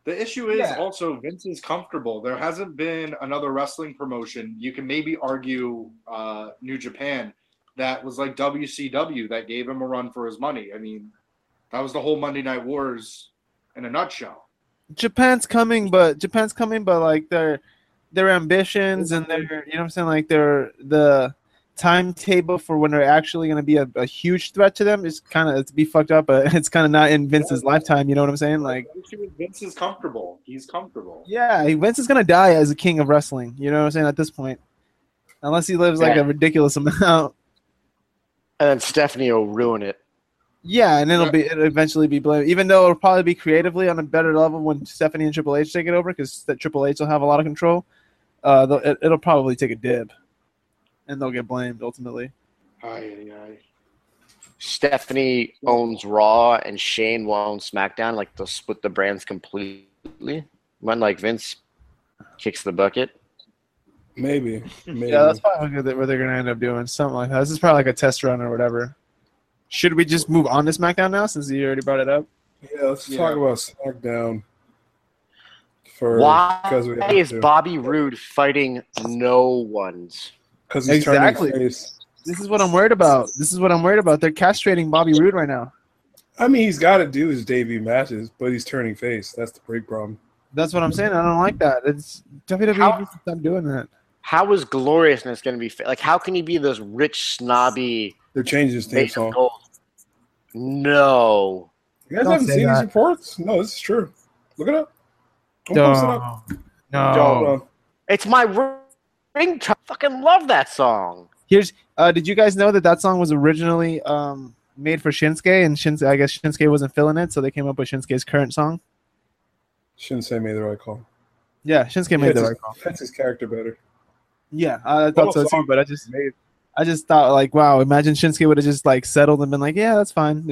Speaker 1: The issue is
Speaker 3: Yeah.
Speaker 1: also Vince is comfortable. There hasn't been another wrestling promotion. You can maybe argue uh, New Japan that was like WCW that gave him a run for his money. I mean, that was the whole Monday Night Wars in a nutshell.
Speaker 3: Japan's coming, but Japan's coming, but like their their ambitions and their you know what I'm saying, like their the timetable for when they're actually going to be a, a huge threat to them is kind of it's be fucked up, but it's kind of not in Vince's lifetime. You know what I'm saying? Like,
Speaker 1: The issue is Vince is comfortable. He's comfortable.
Speaker 3: yeah, Vince is going to die as a king of wrestling. You know what I'm saying at this point, unless he lives like
Speaker 4: Yeah.
Speaker 3: a ridiculous amount.
Speaker 4: And then Stephanie will ruin it.
Speaker 3: Yeah, and it'll
Speaker 1: Yeah.
Speaker 3: be it'll eventually be blamed, even though it'll probably be creatively on a better level when Stephanie and Triple H take it over because that Triple H will have a lot of control. Uh, they'll- it, it'll probably take a dib, and they'll get blamed ultimately.
Speaker 1: Aye, aye, aye.
Speaker 4: Stephanie owns Raw and Shane will own SmackDown. Like they'll split the brands completely. When like Vince kicks the bucket.
Speaker 2: Maybe. Maybe.
Speaker 3: Yeah, that's probably what they- what they're gonna end up doing. Something like that. This is probably like a test run or whatever. Should we just move on to SmackDown now since you already brought it up?
Speaker 2: Yeah, let's
Speaker 1: Yeah.
Speaker 2: talk about SmackDown. For because we
Speaker 4: Why
Speaker 2: have
Speaker 4: is
Speaker 2: to.
Speaker 4: Bobby Roode fighting no ones?
Speaker 2: Because he's
Speaker 3: Exactly.
Speaker 2: turning face.
Speaker 3: This is what I'm worried about. This is what I'm worried about. They're castrating Bobby Roode right now.
Speaker 2: I mean, he's got to do his debut matches, but he's turning face. That's the big problem.
Speaker 3: That's what I'm saying. I don't like that. It's WWE
Speaker 4: How-
Speaker 3: needs to stop doing that.
Speaker 4: How is gloriousness going to be fa- like? How can he be this rich snobby
Speaker 2: They're changing his theme
Speaker 4: made of
Speaker 2: song.
Speaker 4: gold? No,
Speaker 2: You guys
Speaker 3: Don't
Speaker 2: haven't
Speaker 3: say
Speaker 2: seen
Speaker 3: that.
Speaker 2: these reports? No, this is true. Look it up. Don't post it up.
Speaker 3: No.
Speaker 2: Don't, uh,
Speaker 4: it's my ring. I fucking love that song.
Speaker 3: Here's uh, did you guys know that that song was originally um, made for Shinsuke and Shins- I guess Shinsuke wasn't feeling it, so they came up with Shinsuke's current song.
Speaker 2: shouldn't say made the right call.
Speaker 3: Yeah, Shinsuke made
Speaker 2: Fits
Speaker 3: the
Speaker 2: his-
Speaker 3: right call.
Speaker 2: fits his character better. Oh,
Speaker 3: Yeah, I thought so too,
Speaker 2: song.
Speaker 3: but I just I just thought like, wow, imagine Shinsuke would have just like settled and been like, yeah, that's fine.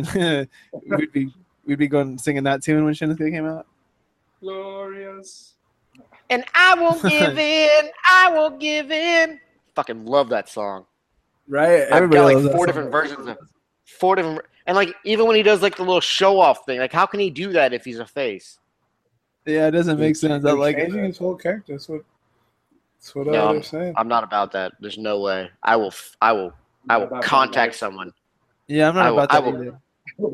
Speaker 3: we'd be we'd be going singing that tune when Shinsuke came out.
Speaker 1: Glorious.
Speaker 4: And I will give in. I will give in. Fucking love that song.
Speaker 3: Right?
Speaker 4: I've got like four different versions of four different and like even when he does like the little show off thing, like how can he do that if he's a face?
Speaker 3: Yeah, it doesn't make sense. I
Speaker 2: They're
Speaker 3: like
Speaker 2: changing
Speaker 3: it.
Speaker 2: his whole character. That's what. That's what
Speaker 4: No,
Speaker 2: I'm saying.
Speaker 4: I'm not about that. There's no way. I will. f- I will. I will contact someone.
Speaker 3: Yeah, I'm
Speaker 4: I
Speaker 3: not
Speaker 4: will-
Speaker 3: about
Speaker 4: I
Speaker 3: that
Speaker 4: will-
Speaker 3: either.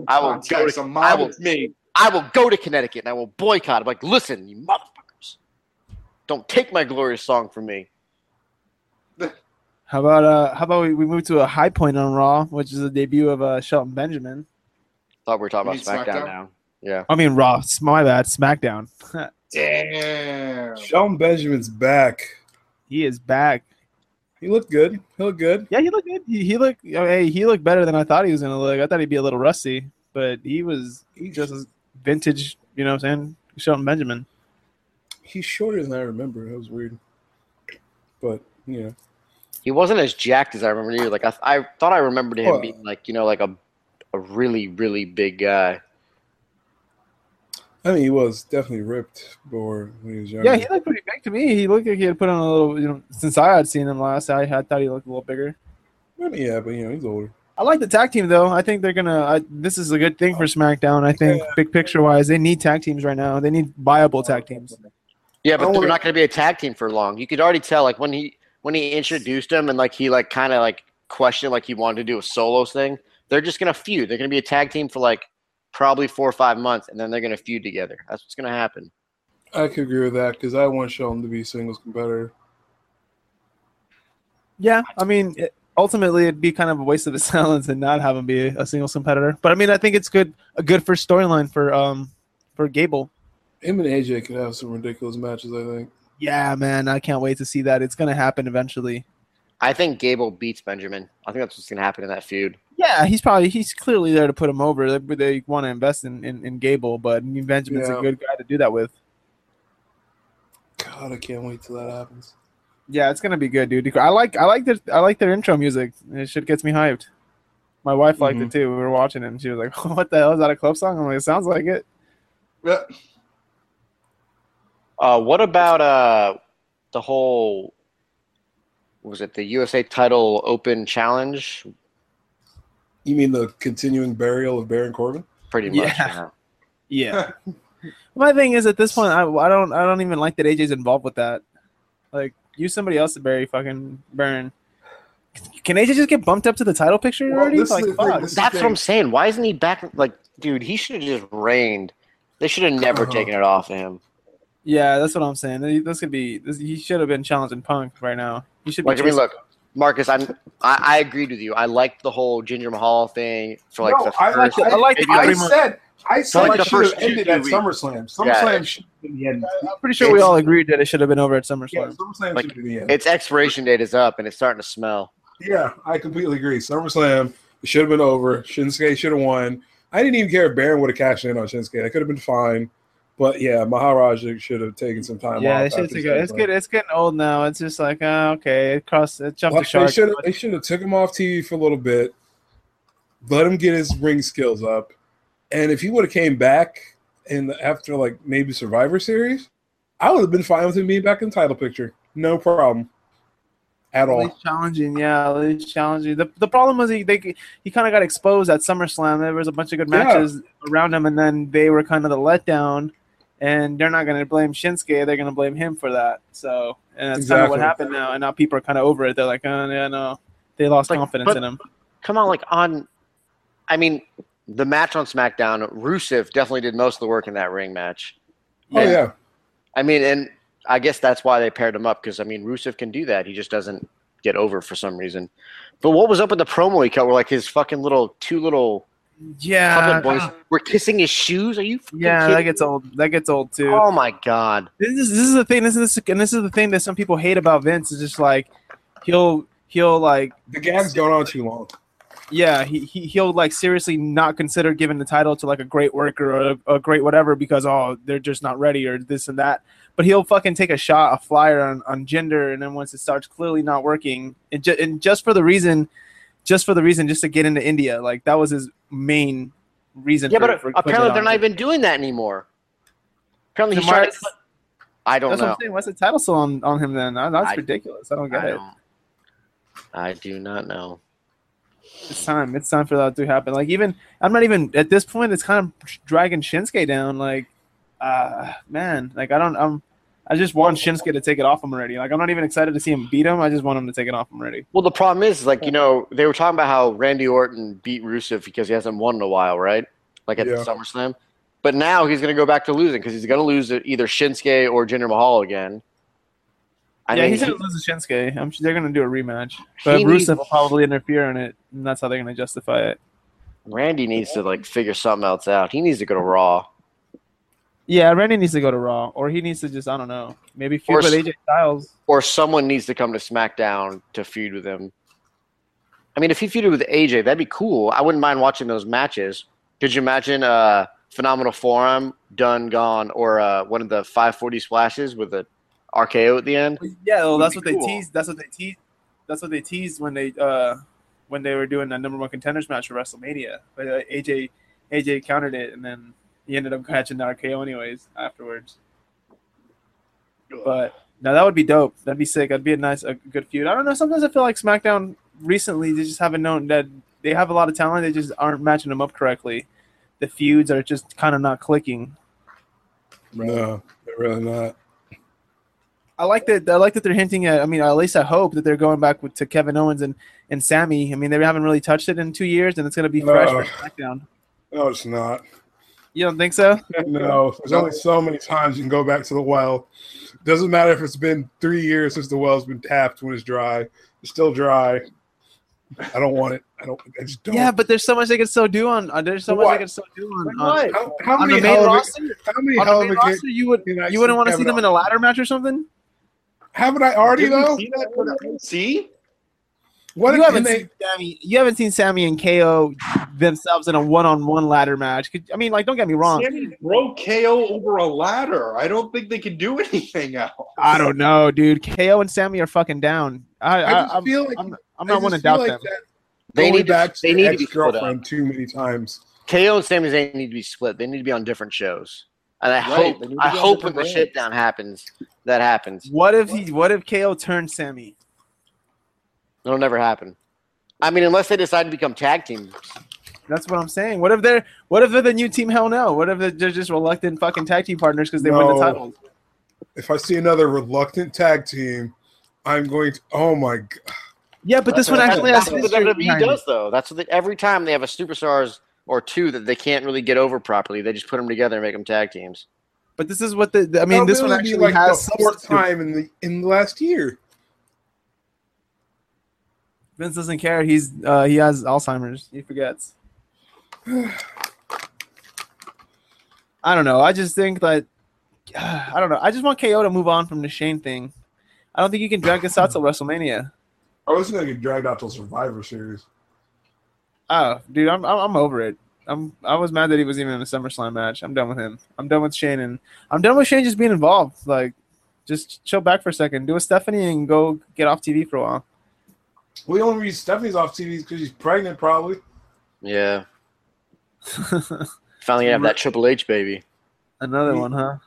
Speaker 4: I will go
Speaker 1: Contact
Speaker 4: to-
Speaker 1: some
Speaker 4: I will-
Speaker 1: with me.
Speaker 4: I will go to Connecticut and I will boycott. I'm like, listen, you motherfuckers, don't take my glorious song from me.
Speaker 3: How about uh how about we, we move to a high point on Raw, which is the debut of uh Shelton Benjamin.
Speaker 4: Thought we were talking
Speaker 1: You
Speaker 4: about SmackDown,
Speaker 1: mean SmackDown?
Speaker 4: now. Yeah.
Speaker 3: I mean Raw. s- My bad. SmackDown.
Speaker 1: Damn.
Speaker 2: Sheldon Benjamin's back.
Speaker 3: he is back.
Speaker 2: He looked good. He looked good.
Speaker 3: Yeah, he looked good. He, he looked. oh, Hey, he looked better than I thought he was gonna look. I thought he'd be a little rusty, but he was
Speaker 2: He
Speaker 3: just as vintage. You know what I'm saying? Shelton Benjamin.
Speaker 2: he's shorter than I remember. That was weird. But you know,
Speaker 4: He wasn't as jacked as I remember either. Like I, I thought I remembered him
Speaker 2: Well-
Speaker 4: being like you know like a a really really big guy.
Speaker 2: I mean, he was definitely ripped before when he was younger.
Speaker 3: Yeah, he looked pretty big to me. He looked like he had put on a little. You know, since I had seen him last, I had thought he looked a little bigger.
Speaker 2: I mean, yeah, but you know, he's older.
Speaker 3: I like the tag team though. I think they're gonna. I, this is a good thing for SmackDown. I think big picture wise, they need tag teams right now. They need viable tag teams.
Speaker 4: Yeah, but
Speaker 2: Don't
Speaker 4: they're
Speaker 2: worry.
Speaker 4: not going to be a tag team for long. You could already tell, like when he when he introduced him and like he like kind of like questioned like he wanted to do a solos thing. They're just going to feud. They're going to be a tag team for like probably four or five months, and then they're going to feud together. That's what's going to happen.
Speaker 2: I could agree with that because I want Sheldon to be a singles competitor.
Speaker 3: Yeah, I mean, it, ultimately, it'd be kind of a waste of his talents and not have him be a singles competitor. But I mean, I think it's good, a good first storyline for um for Gable.
Speaker 2: Him and AJ could have some ridiculous matches. I think.
Speaker 3: Yeah, man, I can't wait to see that. It's gonna happen eventually.
Speaker 4: I think Gable beats Benjamin. I think that's what's gonna happen in that feud.
Speaker 3: Yeah, he's probably he's clearly there to put him over. They, they want to invest in, in, in Gable, but Benjamin's
Speaker 2: Yeah.
Speaker 3: a good guy to do that with.
Speaker 2: God, I can't wait till that happens.
Speaker 3: Yeah, it's gonna be good, dude. I like I like their I like their intro music. It shit gets me hyped. My wife liked it too. We were watching it, and she was like, "What the hell is that a club song?" I'm like, "It sounds like it."
Speaker 1: Yeah.
Speaker 4: Uh, what about uh, the whole? what was it the USA title open challenge?
Speaker 2: You mean the continuing burial of Baron Corbin?
Speaker 4: Pretty much.
Speaker 3: Yeah.
Speaker 4: yeah.
Speaker 3: Yeah. My thing is at this point, I, I don't I don't even like that AJ's involved with that. Like, use somebody else to bury fucking Baron. Can AJ just get bumped up to the title picture
Speaker 2: Well,
Speaker 3: already?
Speaker 2: this is
Speaker 3: Like,
Speaker 2: the thing,
Speaker 3: fuck.
Speaker 2: this-
Speaker 4: That's what I'm saying. Why isn't he back? Like, dude, he should have just reigned. They should have never
Speaker 2: Uh-huh.
Speaker 4: taken it off of him.
Speaker 3: Yeah, that's what I'm saying. Th- This could be. This, he should have been challenging Punk right now. He should. Be
Speaker 4: Like, I mean,
Speaker 3: chasing-
Speaker 4: look, Marcus, I'm I, I agreed with you. I liked the whole Ginger Mahal thing for like
Speaker 2: No,
Speaker 4: the
Speaker 2: I like
Speaker 4: first.
Speaker 2: it.
Speaker 3: I like
Speaker 4: maybe,
Speaker 3: it.
Speaker 4: like,
Speaker 2: I
Speaker 3: Pretty much-
Speaker 2: said, I said
Speaker 4: like
Speaker 2: it
Speaker 4: the
Speaker 2: should
Speaker 4: first
Speaker 2: have
Speaker 4: two,
Speaker 2: ended at
Speaker 4: three
Speaker 2: SummerSlam.
Speaker 4: Yeah.
Speaker 2: SummerSlam should be the end.
Speaker 3: I'm pretty sure we all agreed that it should have been over at SummerSlam.
Speaker 2: Yeah, SummerSlam
Speaker 4: Like,
Speaker 2: should be the end.
Speaker 4: its expiration date is up, and it's starting to smell.
Speaker 2: Yeah, I completely agree. SummerSlam it should have been over. Shinsuke should have won. I didn't even care if Baron would have cashed in on Shinsuke. That could have been fine. But yeah, Maharaja should have taken some time
Speaker 3: yeah,
Speaker 2: off.
Speaker 3: they should
Speaker 2: after
Speaker 3: take a- It's
Speaker 2: SummerSlam.
Speaker 3: good. It's getting old now. It's just like, uh, okay, it crossed, it jumped
Speaker 2: Like, they
Speaker 3: the shark.
Speaker 2: should have they should have took him off TV for a little bit, let him get his ring skills up, and if he would have came back in the, after like maybe Survivor Series, I would have been fine with him being back in the title picture, no problem, at
Speaker 3: At
Speaker 2: all.
Speaker 3: least challenging, yeah, at least challenging. The, the problem was he they, he kind of got exposed at SummerSlam. There was a bunch of good
Speaker 2: Yeah.
Speaker 3: matches around him, and then they were kind of the letdown. And they're not going to blame Shinsuke; they're going to blame him for that. So, and that's kind of what
Speaker 2: Exactly.
Speaker 3: happened now. And now people are kind of over it. They're like, oh yeah, no, they lost
Speaker 4: Like,
Speaker 3: confidence
Speaker 4: but-
Speaker 3: in him.
Speaker 4: Come on, like on. I mean, the match on SmackDown, Rusev definitely did most of the work in that ring match.
Speaker 2: Oh yeah,
Speaker 4: I mean, and I guess that's why they paired him up because I mean, Rusev can do that. He just doesn't get over for some reason. But what was up with the promo he cut? Where like his fucking little two little
Speaker 3: yeah,
Speaker 4: puppet boys were kissing his shoes? Are you? fucking
Speaker 3: Uh, yeah.
Speaker 4: kidding
Speaker 3: That gets old. That gets old
Speaker 4: me?
Speaker 3: too.
Speaker 4: Oh my god!
Speaker 3: this is this is the thing. This is and this is the thing that some people hate about Vince is just like he'll he'll like
Speaker 2: the gag's going on too long.
Speaker 3: yeah he, he he'll like seriously not consider giving the title to like a great worker or a, a great whatever because oh they're just not ready or this and that. But he'll fucking take a shot, a flyer on on gender, and then once it starts clearly not working, and, ju- and just for the reason, just for the reason, just to get into India, like that was his main reason.
Speaker 4: Yeah,
Speaker 3: for-
Speaker 4: but
Speaker 3: for clicking
Speaker 4: apparently
Speaker 3: on
Speaker 4: they're not
Speaker 3: it.
Speaker 4: even doing that anymore. Apparently he's trying
Speaker 3: Tomorrow-
Speaker 4: to cut- I don't
Speaker 3: That's what
Speaker 4: know.
Speaker 3: I'm saying. What's the title still on, on him then? That- That's
Speaker 4: I-
Speaker 3: ridiculous. I don't get
Speaker 4: I
Speaker 3: it.
Speaker 4: don't. I do not know.
Speaker 3: it's time. It's time for that to happen. Like even I'm not even at this point. It's kind of dragging Shinsuke down. Like, uh man. Like I don't. I'm. I just want Shinsuke to take it off him already. Like I'm not even excited to see him beat him. I just want him to take it off him already.
Speaker 4: Well, the problem is, like, you know, they were talking about how Randy Orton beat Rusev because he hasn't won in a while, right? Like at the
Speaker 2: Yeah.
Speaker 4: SummerSlam. But now he's going to go back to losing because he's going to lose to either Shinsuke or Jinder Mahal again. I
Speaker 3: yeah,
Speaker 4: mean,
Speaker 3: he's
Speaker 4: he-
Speaker 3: gonna lose to Shinsuke. I'm sure they're gonna do a rematch, but
Speaker 4: He
Speaker 3: Rusev
Speaker 4: needs-
Speaker 3: will probably interfere in it, and that's how they're gonna justify it.
Speaker 4: Randy needs to, like, figure something else out. He needs to go to Raw.
Speaker 3: Yeah, Randy needs to go to Raw, or he needs to just I don't know, maybe feud
Speaker 4: Or
Speaker 3: with
Speaker 4: s-
Speaker 3: AJ Styles.
Speaker 4: Or someone needs to come to SmackDown to feud with him. I mean, if he feuded with AJ, that'd be cool. I wouldn't mind watching those matches. Could you imagine uh, Phenomenal Forum, Done Gone, or uh, one of the 540 splashes with a RKO at the end?
Speaker 3: Yeah, well,
Speaker 4: Would
Speaker 3: that's
Speaker 4: be
Speaker 3: what they
Speaker 4: cool.
Speaker 3: teased. That's what they teased. That's what they teased when they uh when they were doing the number one contenders match for WrestleMania. But uh, AJ AJ countered it, and then he ended up catching the RKO anyways afterwards. But now that would be dope. That'd be sick. That'd be a nice, a good feud. I don't know. Sometimes I feel like SmackDown recently they just haven't known that they have a lot of talent. They just aren't matching them up correctly. The feuds are just kind of not clicking.
Speaker 2: No, they're really not.
Speaker 3: I like that. I like that they're hinting at. I mean, at least I hope that they're going back with, to Kevin Owens and and Sammy. I mean, they haven't really touched it in two years, and it's going to
Speaker 2: Uh,
Speaker 3: be fresh for
Speaker 2: Ugh.
Speaker 3: SmackDown.
Speaker 2: No, it's not.
Speaker 3: You don't think so?
Speaker 2: No, there's only so many times you can go back to the well. Doesn't matter if it's been three years since the well's been tapped when it's dry. It's still dry. I don't want it. I don't. I just don't.
Speaker 3: Yeah, but there's so much they can still do on. uh, There's so much
Speaker 2: What?
Speaker 3: they can still do on.
Speaker 4: Like
Speaker 3: on-
Speaker 4: what?
Speaker 2: How, how
Speaker 3: on
Speaker 2: many
Speaker 3: the main
Speaker 2: hell of a-
Speaker 3: roster,
Speaker 2: how many
Speaker 3: on
Speaker 2: hell
Speaker 3: the
Speaker 2: of
Speaker 3: main
Speaker 2: a
Speaker 3: roster, you would
Speaker 2: can I
Speaker 3: you wouldn't
Speaker 2: see
Speaker 3: want to see
Speaker 2: Kevin
Speaker 3: them in a ladder match or something?
Speaker 2: Haven't I already
Speaker 1: Didn't
Speaker 2: though?
Speaker 1: see that for the- See?
Speaker 2: What
Speaker 3: you
Speaker 2: if and
Speaker 3: haven't
Speaker 2: they,
Speaker 3: seen Sammy. You haven't seen Sammy and KO themselves in a one-on-one ladder match. Could- I mean, like, don't get me wrong.
Speaker 1: Sammy broke KO over a ladder. I don't think they can do anything else.
Speaker 3: I don't know, dude. KO and Sammy are fucking down.
Speaker 2: I
Speaker 3: I, I,
Speaker 2: just
Speaker 3: I am
Speaker 2: feel like
Speaker 3: I'm, I'm
Speaker 2: I
Speaker 3: not one to
Speaker 2: just feel
Speaker 3: doubt
Speaker 2: like
Speaker 3: them.
Speaker 2: that
Speaker 4: They
Speaker 2: going
Speaker 4: need to,
Speaker 2: back to
Speaker 4: they
Speaker 2: the
Speaker 4: need to be split up.
Speaker 2: ex-girlfriend too many times.
Speaker 4: KO and Sami Zayn need to be split. They need to be on different shows. And I
Speaker 1: Right, they
Speaker 4: hope
Speaker 1: need to
Speaker 4: I
Speaker 1: be on
Speaker 4: hope when the
Speaker 1: different
Speaker 4: shit down happens, that happens.
Speaker 3: What if he? What if KO turned Sammy?
Speaker 4: It'll never happen. I mean, unless they decide to become tag teams.
Speaker 3: That's what I'm saying. What if they're? What if they're the new team? Hell no. What if they're just reluctant fucking tag team partners because they win
Speaker 2: No.
Speaker 3: the titles?
Speaker 2: If I see another reluctant tag team, I'm going to. Oh my! g-
Speaker 3: Yeah, but this one
Speaker 4: That's-
Speaker 3: actually has
Speaker 4: that's what the
Speaker 3: history
Speaker 4: WWE
Speaker 3: behind it.
Speaker 4: does, though. That's what they, every time they have a superstars or two that they can't really get over properly, they just put them together and make them tag teams.
Speaker 3: But this is what the. I
Speaker 2: That'll
Speaker 3: mean, this one
Speaker 2: literally be
Speaker 3: actually
Speaker 2: like
Speaker 3: has
Speaker 2: the fourth
Speaker 3: substance.
Speaker 2: time in the in the last year.
Speaker 3: Vince doesn't care. He's uh, he has Alzheimer's. He forgets. I don't know. I just think that I don't know. I just want KO to move on from the Shane thing. I don't think you can drag this out to WrestleMania.
Speaker 2: I was gonna get dragged out to Survivor Series.
Speaker 3: Oh, dude, I'm I'm, I'm over it. I'm I was mad that he was even in a SummerSlam match. I'm done with him. I'm done with Shane and I'm done with Shane just being involved. Like, just chill back for a second. Do a Stephanie and go get off TV for a while.
Speaker 2: Well, the only reason Stephanie's off TV is because she's pregnant, probably.
Speaker 4: Yeah. Finally, have that Triple H baby.
Speaker 3: Another one, huh?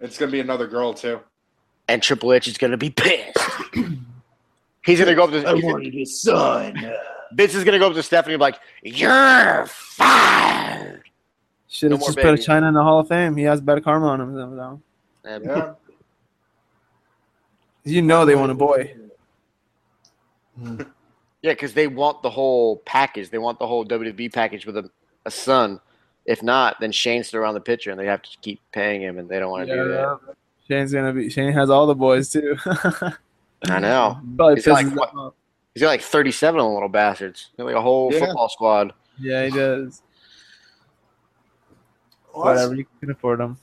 Speaker 1: it's gonna be another girl too.
Speaker 4: And Triple H is going to be pissed. he's going to go up to. he's-
Speaker 1: his son.
Speaker 4: Vince is going to go up to Stephanie and be like, You're fired.
Speaker 3: Should
Speaker 4: No
Speaker 3: have
Speaker 4: more
Speaker 3: just put a
Speaker 4: babies.
Speaker 3: China in the Hall of Fame. He has better karma on him than though.
Speaker 4: And
Speaker 1: Yeah.
Speaker 3: You know they want a boy.
Speaker 4: Yeah, because they want the whole package. They want the whole WWE package with a, a son. If not, then Shane's still around the picture, and they have to keep paying him, and they don't want to do that.
Speaker 3: Shane's gonna be. Shane has all the boys too.
Speaker 4: I know.
Speaker 3: Probably
Speaker 4: Oh, He's like,
Speaker 3: pisses
Speaker 4: what-
Speaker 3: them off.
Speaker 4: He's got like 37 of them little bastards. They're like a whole
Speaker 1: Yeah.
Speaker 4: football squad.
Speaker 3: Yeah, he does.
Speaker 2: Well,
Speaker 3: Whatever
Speaker 2: That's,
Speaker 3: you can afford him.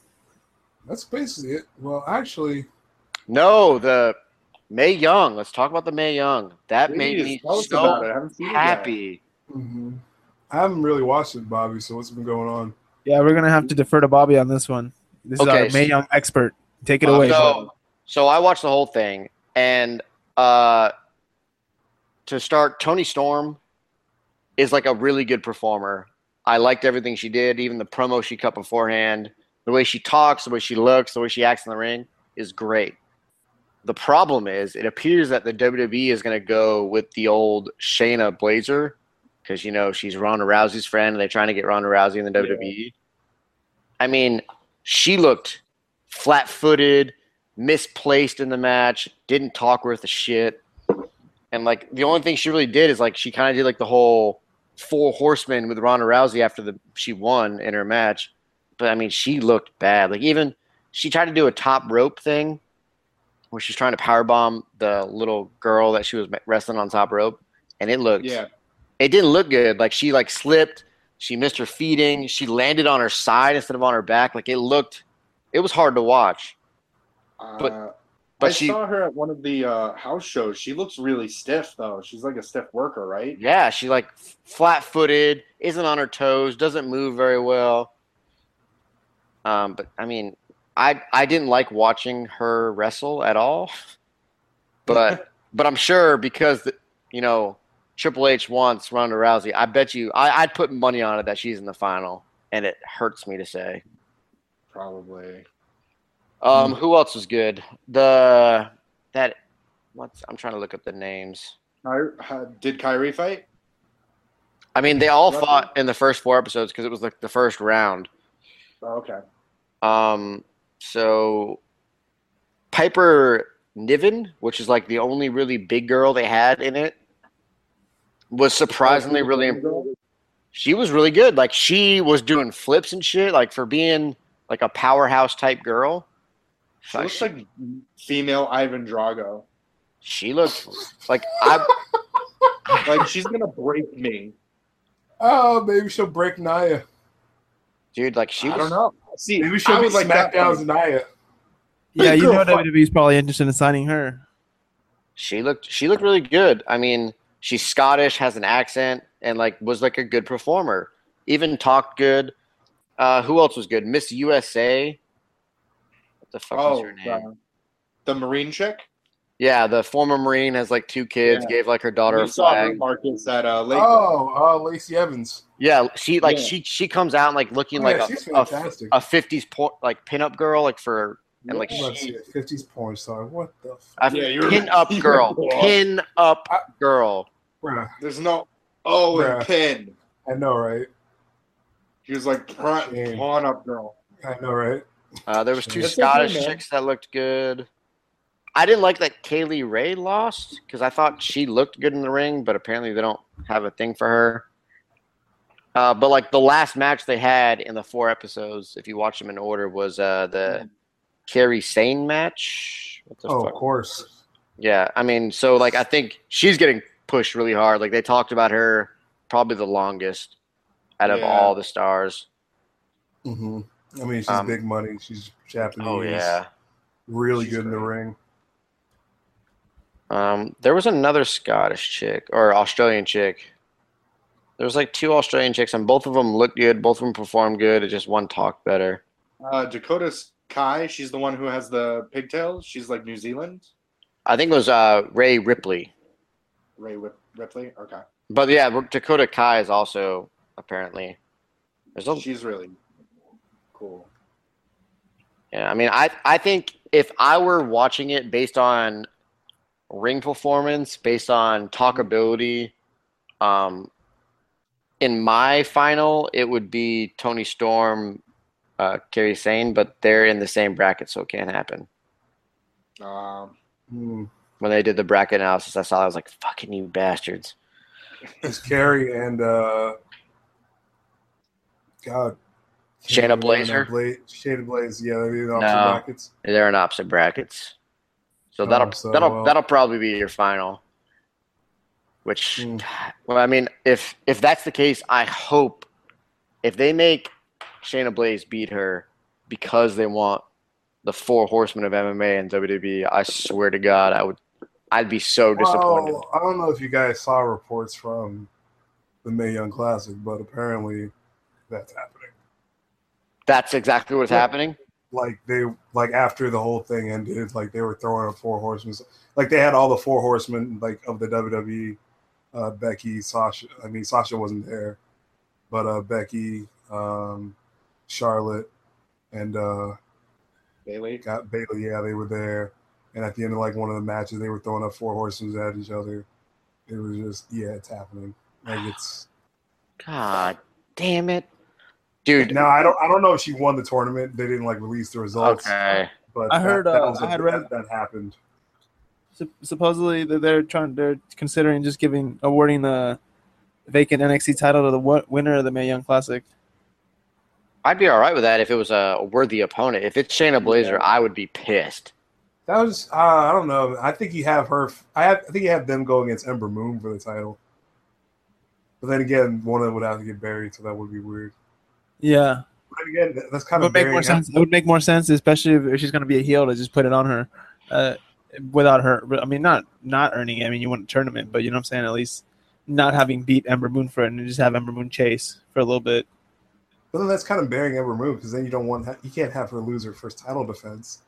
Speaker 2: that's basically it. Well, actually,
Speaker 4: No, the May Young. Let's talk about the May Young. That made me
Speaker 1: Please, tell us about it. I
Speaker 4: so
Speaker 1: haven't seen it yet.
Speaker 4: happy.
Speaker 2: Mm-hmm. I haven't really watched it, Bobby. So what's been going on?
Speaker 3: Yeah, we're gonna have to defer to Bobby on this one. This
Speaker 4: Okay,
Speaker 3: is
Speaker 4: so-
Speaker 3: our May Young expert. Take it
Speaker 4: Uh,
Speaker 3: away.
Speaker 4: So, so I watched the whole thing, and uh, to start, Tony Storm is like a really good performer. I liked everything she did, even the promo she cut beforehand, the way she talks, the way she looks, the way she acts in the ring is great. The problem is, it appears that the WWE is going to go with the old Shayna Blazer because you know she's Ronda Rousey's friend, and they're trying to get Ronda Rousey in the E. WWE. I mean, she looked flat-footed, misplaced in the match, didn't talk worth a shit, and like the only thing she really did is like she kind of did like the whole four horsemen with Ronda Rousey after the she won in her match, but I mean she looked bad. Like even she tried to do a top rope thing where she's trying to powerbomb the little girl that she was wrestling on top rope, and it looked
Speaker 1: Yeah.
Speaker 4: it didn't look good. Like she like slipped, she missed her feeding, she landed on her side instead of on her back. Like it looked, it was hard to watch. But-
Speaker 1: Uh,
Speaker 4: But
Speaker 1: I
Speaker 4: she,
Speaker 1: saw her at one of the uh, house shows. She looks really stiff though. She's like a stiff worker, right?
Speaker 4: yeah, she like flat footed, isn't on her toes, doesn't move very well. Um, but I mean, I I didn't like watching her wrestle at all. But but I'm sure because the, you know Triple H wants Ronda Rousey. I bet you I, I'd put money on it that she's in the final, and it hurts me to say.
Speaker 1: Probably. Hmm.
Speaker 4: Um, who else was good? The that what's I'm trying to look up the names.
Speaker 1: Kyrie, uh, did Kyrie fight?
Speaker 4: I mean, they all
Speaker 1: Russell?
Speaker 4: fought in the first four episodes because it was like the first round.
Speaker 1: Oh, okay.
Speaker 4: Um, so Piper Niven, which is like the only really big girl they had in it, was surprisingly really impressive. she was really good. Like she was doing flips and shit. Like for being like a powerhouse type girl,
Speaker 1: She looks like female Ivan Drago.
Speaker 4: she looked like I.
Speaker 1: Like she's gonna break me.
Speaker 2: Oh, maybe she'll break Nia.
Speaker 4: Dude, like she
Speaker 1: I
Speaker 4: was.
Speaker 1: don't know. See,
Speaker 2: Maybe she'll
Speaker 1: I
Speaker 2: be
Speaker 1: would like that
Speaker 2: SmackDown's Nia.
Speaker 3: yeah, you
Speaker 2: Girl,
Speaker 3: know
Speaker 2: fuck.
Speaker 3: WWE's probably interested in signing her.
Speaker 4: she looked she looked really good. I mean, she's Scottish, has an accent, and like was like a good performer. Even talked good. Uh, who else was good? Miss USA. What the fuck was
Speaker 1: Oh,
Speaker 4: her name?
Speaker 1: the, the Marine chick.
Speaker 4: Yeah, the former Marine has like two kids. Gave like her daughter
Speaker 1: We
Speaker 4: a
Speaker 1: saw her,
Speaker 4: flag.
Speaker 1: Marcus at uh, Lake.
Speaker 2: Oh, uh, Lacey Evans. Oh,
Speaker 4: Yeah, she like
Speaker 1: Yeah. Oh,
Speaker 4: she she comes out like looking
Speaker 2: Yeah,
Speaker 4: like
Speaker 2: she's
Speaker 4: a, a
Speaker 2: fantastic.
Speaker 4: a fifties por- like pinup girl, like for and like
Speaker 2: Let's
Speaker 4: she,
Speaker 2: see, 50s porn star. What the fuck?
Speaker 4: a
Speaker 1: Yeah, you're-
Speaker 4: pin up girl,
Speaker 1: Yeah.
Speaker 4: pin up
Speaker 2: I-
Speaker 4: girl.
Speaker 2: Bruh,
Speaker 1: There's no O
Speaker 2: Bruh.
Speaker 1: and pin.
Speaker 2: I know, right?
Speaker 1: She was like pawn,
Speaker 2: Yeah.
Speaker 1: pawn up girl.
Speaker 2: I know, right?
Speaker 4: Uh, there was two
Speaker 1: That's okay,
Speaker 4: Scottish
Speaker 1: man.
Speaker 4: chicks that looked good. I didn't like that Kaylee Ray lost because I thought she looked good in the ring, but apparently they don't have a thing for her. Uh, but like the last match they had in the four episodes, if you watch them in order, was uh, the Carrie Sane match. What the
Speaker 2: Oh,
Speaker 4: fuck
Speaker 2: of course.
Speaker 4: Yeah, I mean, so like I think she's getting pushed really hard. Like they talked about her probably the longest out of
Speaker 1: Yeah.
Speaker 4: all the stars.
Speaker 2: hmm I mean, she's
Speaker 4: Um,
Speaker 2: big money. She's Japanese.
Speaker 4: Oh yeah.
Speaker 2: Really
Speaker 1: She's
Speaker 2: good in the
Speaker 1: great.
Speaker 2: ring.
Speaker 4: Um, there was another Scottish chick or Australian chick. There was like two Australian chicks, and both of them looked good. Both of them performed good. It just one talked better.
Speaker 1: Uh, Dakota Kai. She's the one who has the pigtails. She's like New Zealand.
Speaker 4: I think it was uh, Ray Ripley,
Speaker 1: Ray Whip- Ripley. Okay,
Speaker 4: but yeah, Dakota Kai is also apparently. There's a,
Speaker 1: she's really cool.
Speaker 4: Yeah, I mean, I I think if I were watching it based on ring performance, based on talkability, um, in my final it would be Tony Storm, uh, Kerry Sane, but they're in the same bracket, so it can't happen.
Speaker 1: Um,
Speaker 2: Mm.
Speaker 4: When they did the bracket analysis, I saw I was like, "Fucking you bastards!"
Speaker 2: It's Carrie and, uh, God.
Speaker 4: Shayna
Speaker 2: Can't remember
Speaker 4: Blazer?
Speaker 2: that Bla- Shayna Blaze. Yeah, they're in opposite
Speaker 4: No.
Speaker 2: brackets.
Speaker 4: They're in opposite brackets, so
Speaker 2: Oh,
Speaker 4: that'll
Speaker 2: so,
Speaker 4: that'll
Speaker 2: well-
Speaker 4: that'll probably be your final. Which,
Speaker 2: Hmm.
Speaker 4: God, well, I mean, if if that's the case, I hope if they make Shayna Blaze beat her because they want the four horsemen of MMA and WWE, I swear to God, I would, I'd be so disappointed.
Speaker 2: Well, I don't know if you guys saw reports from the May Young Classic, but apparently that's happening.
Speaker 4: That's exactly what's
Speaker 2: Yeah.
Speaker 4: happening.
Speaker 2: Like they like after the whole thing ended, like they were throwing up four horsemen. Like they had all the four horsemen like of the WWE. Uh, Becky, Sasha. I mean, Sasha wasn't there, but uh, Becky, um, Charlotte, and uh,
Speaker 1: Bailey.
Speaker 2: got Bailey. Yeah, they were there. And at the end of like one of the matches, they were throwing up four horsemen at each other. It was just yeah, it's happening. Like it's
Speaker 4: God damn it, dude.
Speaker 2: No, I don't. I don't know if she won the tournament. They didn't like release the results.
Speaker 4: Okay,
Speaker 2: But
Speaker 3: I heard,
Speaker 2: That, that,
Speaker 3: uh,
Speaker 2: was a-
Speaker 3: I had
Speaker 2: that-
Speaker 3: read-
Speaker 2: that happened.
Speaker 3: Sup- supposedly they're, they're trying they're considering just giving awarding the vacant NXT title to the w- winner of the Mae Young Classic.
Speaker 4: I'd be all right with that if it was a worthy opponent. If it's Shayna Blazer, I would be pissed.
Speaker 2: That was. Uh, I don't know. I think you have her. f- I have. I think you have them go against Ember Moon for the title. But then again, one of them would have to get buried, so that would be weird.
Speaker 3: Yeah,
Speaker 2: But then again, that- that's
Speaker 3: it
Speaker 2: kind of
Speaker 3: would make
Speaker 2: burying.
Speaker 3: more sense. It would make more sense, especially if- if she's going to be a heel, to just put it on her, uh, without her. I mean, not not earning. it. I mean, you won a tournament, but you know what I'm saying. At least not having beat Ember Moon for it, and just have Ember Moon chase for a little bit.
Speaker 2: But then that's kind of burying Ember Moon because then you don't want. You can't have her lose her first title defense.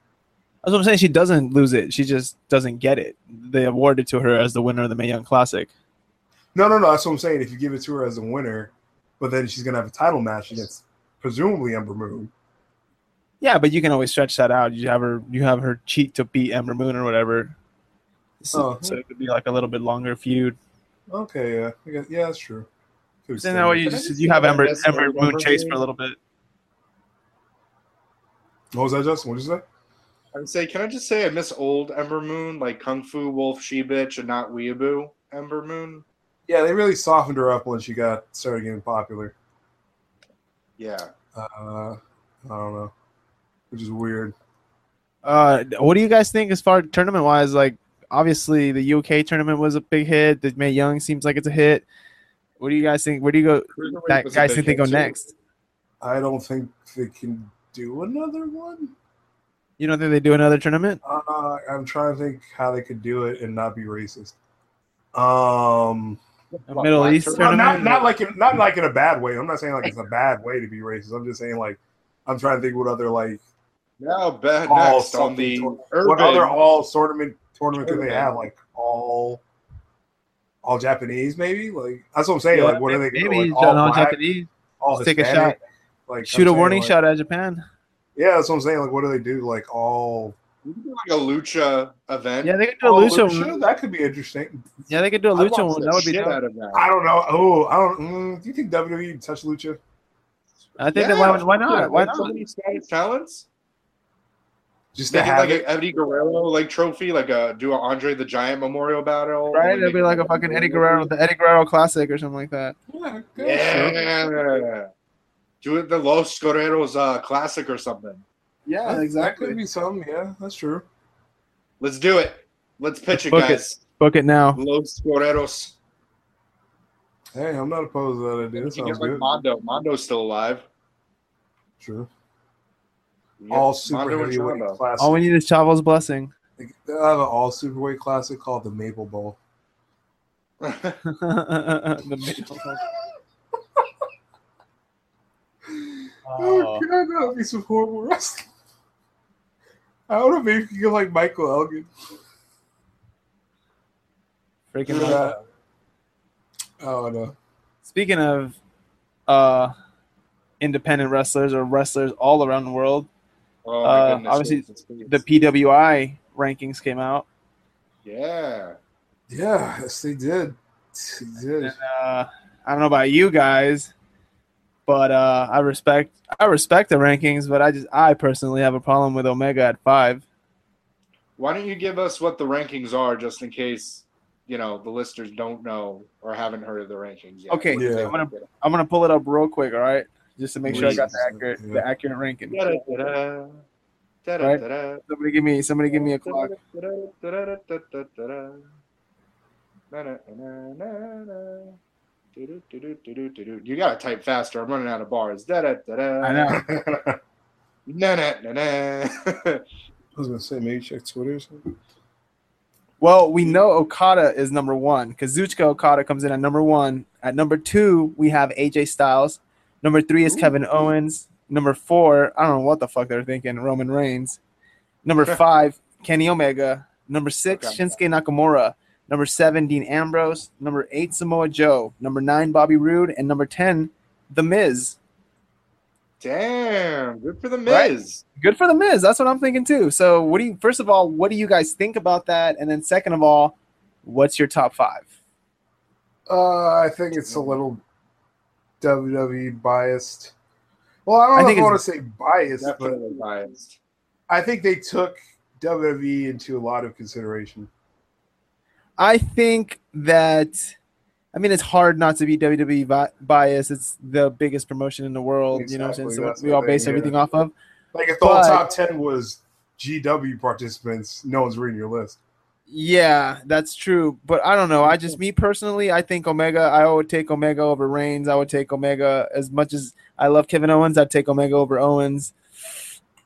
Speaker 3: That's what I'm saying. She doesn't lose it. She just doesn't get it. They awarded to her as the winner of the Mae Young Classic.
Speaker 2: No, no, no. That's what I'm saying. If you give it to her as a winner, but then she's gonna have a title match against presumably Ember Moon.
Speaker 3: Yeah, but you can always stretch that out. You have her, you have her cheat to beat Ember Moon or whatever. So,
Speaker 2: Oh.
Speaker 3: so it could be like a little bit longer feud.
Speaker 2: Okay, yeah, I guess, yeah, that's true. Could
Speaker 3: Isn't
Speaker 2: extend
Speaker 3: that what
Speaker 2: it.
Speaker 3: you
Speaker 1: Can I
Speaker 3: just
Speaker 1: just
Speaker 3: you
Speaker 1: see
Speaker 3: have
Speaker 1: that
Speaker 3: Ember
Speaker 1: as
Speaker 3: Ember
Speaker 1: a
Speaker 3: Moon
Speaker 1: rubber
Speaker 3: chase for a
Speaker 1: band?
Speaker 3: little bit?
Speaker 2: What was that, Justin? What did you say?
Speaker 1: I would say, can I just say I miss old Ember Moon, like Kung Fu Wolf She Bitch, and not Weeaboo Ember Moon.
Speaker 2: Yeah, they really softened her up when she got started getting popular.
Speaker 1: Yeah,
Speaker 2: Uh, I don't know, which is weird.
Speaker 3: Uh, what do you guys think as far tournament wise? Like, obviously the UK tournament was a big hit. The Mae Young seems like it's a hit. What do you guys think? Where do you go?
Speaker 1: Cruiserweight
Speaker 3: That
Speaker 1: was a
Speaker 3: guys
Speaker 1: big
Speaker 3: think they
Speaker 1: hit,
Speaker 3: go
Speaker 1: too.
Speaker 3: next?
Speaker 2: I don't think they can do another one.
Speaker 3: You don't think they do another tournament?
Speaker 2: Uh, I'm trying to think how they could do it and not be racist. Um,
Speaker 3: A Middle
Speaker 5: black
Speaker 3: East
Speaker 5: tur-
Speaker 2: well, not
Speaker 3: tournament?
Speaker 2: not like in, not like in a bad way. I'm not saying like it's a bad way to be racist. I'm just saying like I'm trying to think what other like
Speaker 1: Now, back
Speaker 2: All
Speaker 1: next on the
Speaker 2: Oh, something to-
Speaker 1: urban.
Speaker 2: what other all tournament tournament could they
Speaker 1: Urban.
Speaker 2: have like all all Japanese maybe like that's what I'm saying. like what are they gonna do?
Speaker 3: Maybe
Speaker 2: like, all
Speaker 3: John
Speaker 2: black,
Speaker 3: Japanese.
Speaker 2: all
Speaker 3: Let's take a
Speaker 2: Hispanic? Like
Speaker 3: Shoot a
Speaker 2: I'm saying,
Speaker 3: warning
Speaker 2: like-
Speaker 3: shot at Japan.
Speaker 2: Yeah, that's what I'm saying. Like what do they do? Like all
Speaker 1: We could do like a lucha event.
Speaker 3: Yeah, they could do a
Speaker 2: all
Speaker 3: lucha.
Speaker 2: lucha?
Speaker 3: one.
Speaker 2: That could be interesting.
Speaker 3: Yeah, they could do a
Speaker 1: I'd
Speaker 3: lucha
Speaker 1: watch
Speaker 3: one. That would be.
Speaker 1: shit
Speaker 3: dope.
Speaker 1: out of that.
Speaker 2: I don't know. Oh, I don't. Mm, do you think WWE touch lucha?
Speaker 3: I think that why, why not? Why
Speaker 1: So
Speaker 3: not?
Speaker 1: many Spanish talents.
Speaker 2: Just
Speaker 1: They
Speaker 2: to
Speaker 1: get
Speaker 2: have
Speaker 1: like
Speaker 2: it.
Speaker 1: an Eddie Guerrero like trophy, like a do a Andre the Giant memorial battle.
Speaker 3: Right? It'd be like a fucking Eddie Guerrero, the Eddie Guerrero classic or something like that.
Speaker 2: Yeah, good.
Speaker 1: Yeah. Do it the Los Guerreros uh, classic or something.
Speaker 2: That-
Speaker 3: Yeah,
Speaker 2: That could be some. Yeah, that's true.
Speaker 1: Let's do it. Let's pitch it,
Speaker 3: book it.
Speaker 1: guys.
Speaker 3: Book it now.
Speaker 1: Los Guerreros.
Speaker 2: Hey, I'm not opposed to that idea. That
Speaker 1: You
Speaker 2: sounds
Speaker 1: get like
Speaker 2: good.
Speaker 1: Mondo. Mondo's still alive.
Speaker 2: True.
Speaker 1: Yeah,
Speaker 2: All
Speaker 1: Mondo
Speaker 2: super
Speaker 1: and
Speaker 2: heavyweight
Speaker 1: Chavo.
Speaker 2: classic.
Speaker 3: All we need is Chavo's blessing.
Speaker 2: They have an all superweight classic called the Maple Bowl.
Speaker 3: The middle.
Speaker 2: Oh,
Speaker 3: Oh.
Speaker 2: God, that would be some horrible wrestling. I don't know, maybe you could get like Michael Elgin.
Speaker 3: Freaking
Speaker 2: Remember that? Oh, no.
Speaker 3: Speaking of uh, independent wrestlers or wrestlers all around the world,
Speaker 1: Oh,
Speaker 3: Uh,
Speaker 1: my goodness,
Speaker 3: obviously,
Speaker 1: it's- it's-
Speaker 3: the PWI rankings came out,
Speaker 1: yeah.
Speaker 2: Yeah, yes, they did. They did.
Speaker 3: and uh, I don't know about you guys, but uh, I respect I respect the rankings, but I just I personally have a problem with Omega at five.
Speaker 1: Why don't you give us what the rankings are, just in case you know the listeners don't know or haven't heard of the rankings yet?
Speaker 3: Okay,
Speaker 2: Yeah.
Speaker 3: I'm gonna I'm gonna pull it up real quick, all right, just to make sure I got the
Speaker 2: Please.
Speaker 3: accurate
Speaker 2: Yeah.
Speaker 3: the accurate ranking.
Speaker 1: Da-da-da-da. Da-da-da-da.
Speaker 3: Somebody give me somebody give me a clock.
Speaker 1: You gotta type faster. I'm running out of bars. I
Speaker 3: I know.
Speaker 2: I
Speaker 1: know.
Speaker 2: was going to say, maybe check Twitter or something.
Speaker 3: Well, we know Okada is number one. Kazuchika Okada comes in at number one. At number two, we have AJ Styles. Number three is Kevin Owens. Number four, I don't know what the fuck they're thinking, Roman Reigns. Number five, Kenny Omega. Number six,
Speaker 1: Okay.
Speaker 3: Shinsuke Nakamura. Number seven, Dean Ambrose. Number eight, Samoa Joe. Number nine, Bobby Roode. And number 10, The Miz.
Speaker 1: Damn, good for the
Speaker 3: Right?
Speaker 1: Miz.
Speaker 3: good for the Miz. That's what I'm thinking too. So, what do you? First of all, what do you guys think about that? And then, second of all, what's your top five?
Speaker 2: Uh, I think it's a little WWE biased. Well, I don't
Speaker 3: I
Speaker 2: know
Speaker 3: think
Speaker 2: if I want
Speaker 3: it's-
Speaker 2: to say biased, but
Speaker 1: Definitely biased.
Speaker 2: I think they took WWE into a lot of consideration.
Speaker 3: I think that, I mean, it's hard not to be WWE bi- biased. It's the biggest promotion in the world. You know, what I'm
Speaker 2: Exactly,
Speaker 3: saying? so
Speaker 2: that's
Speaker 3: we
Speaker 2: the
Speaker 3: all
Speaker 2: thing,
Speaker 3: base
Speaker 2: yeah.
Speaker 3: everything off of.
Speaker 2: Like if the
Speaker 3: But-
Speaker 2: whole top ten was GW participants, no one's reading your list.
Speaker 3: Yeah, that's true. But I don't know. I just me personally, I think Omega. I would take Omega over Reigns. I would take Omega as much as I love Kevin Owens. I'd take Omega over Owens.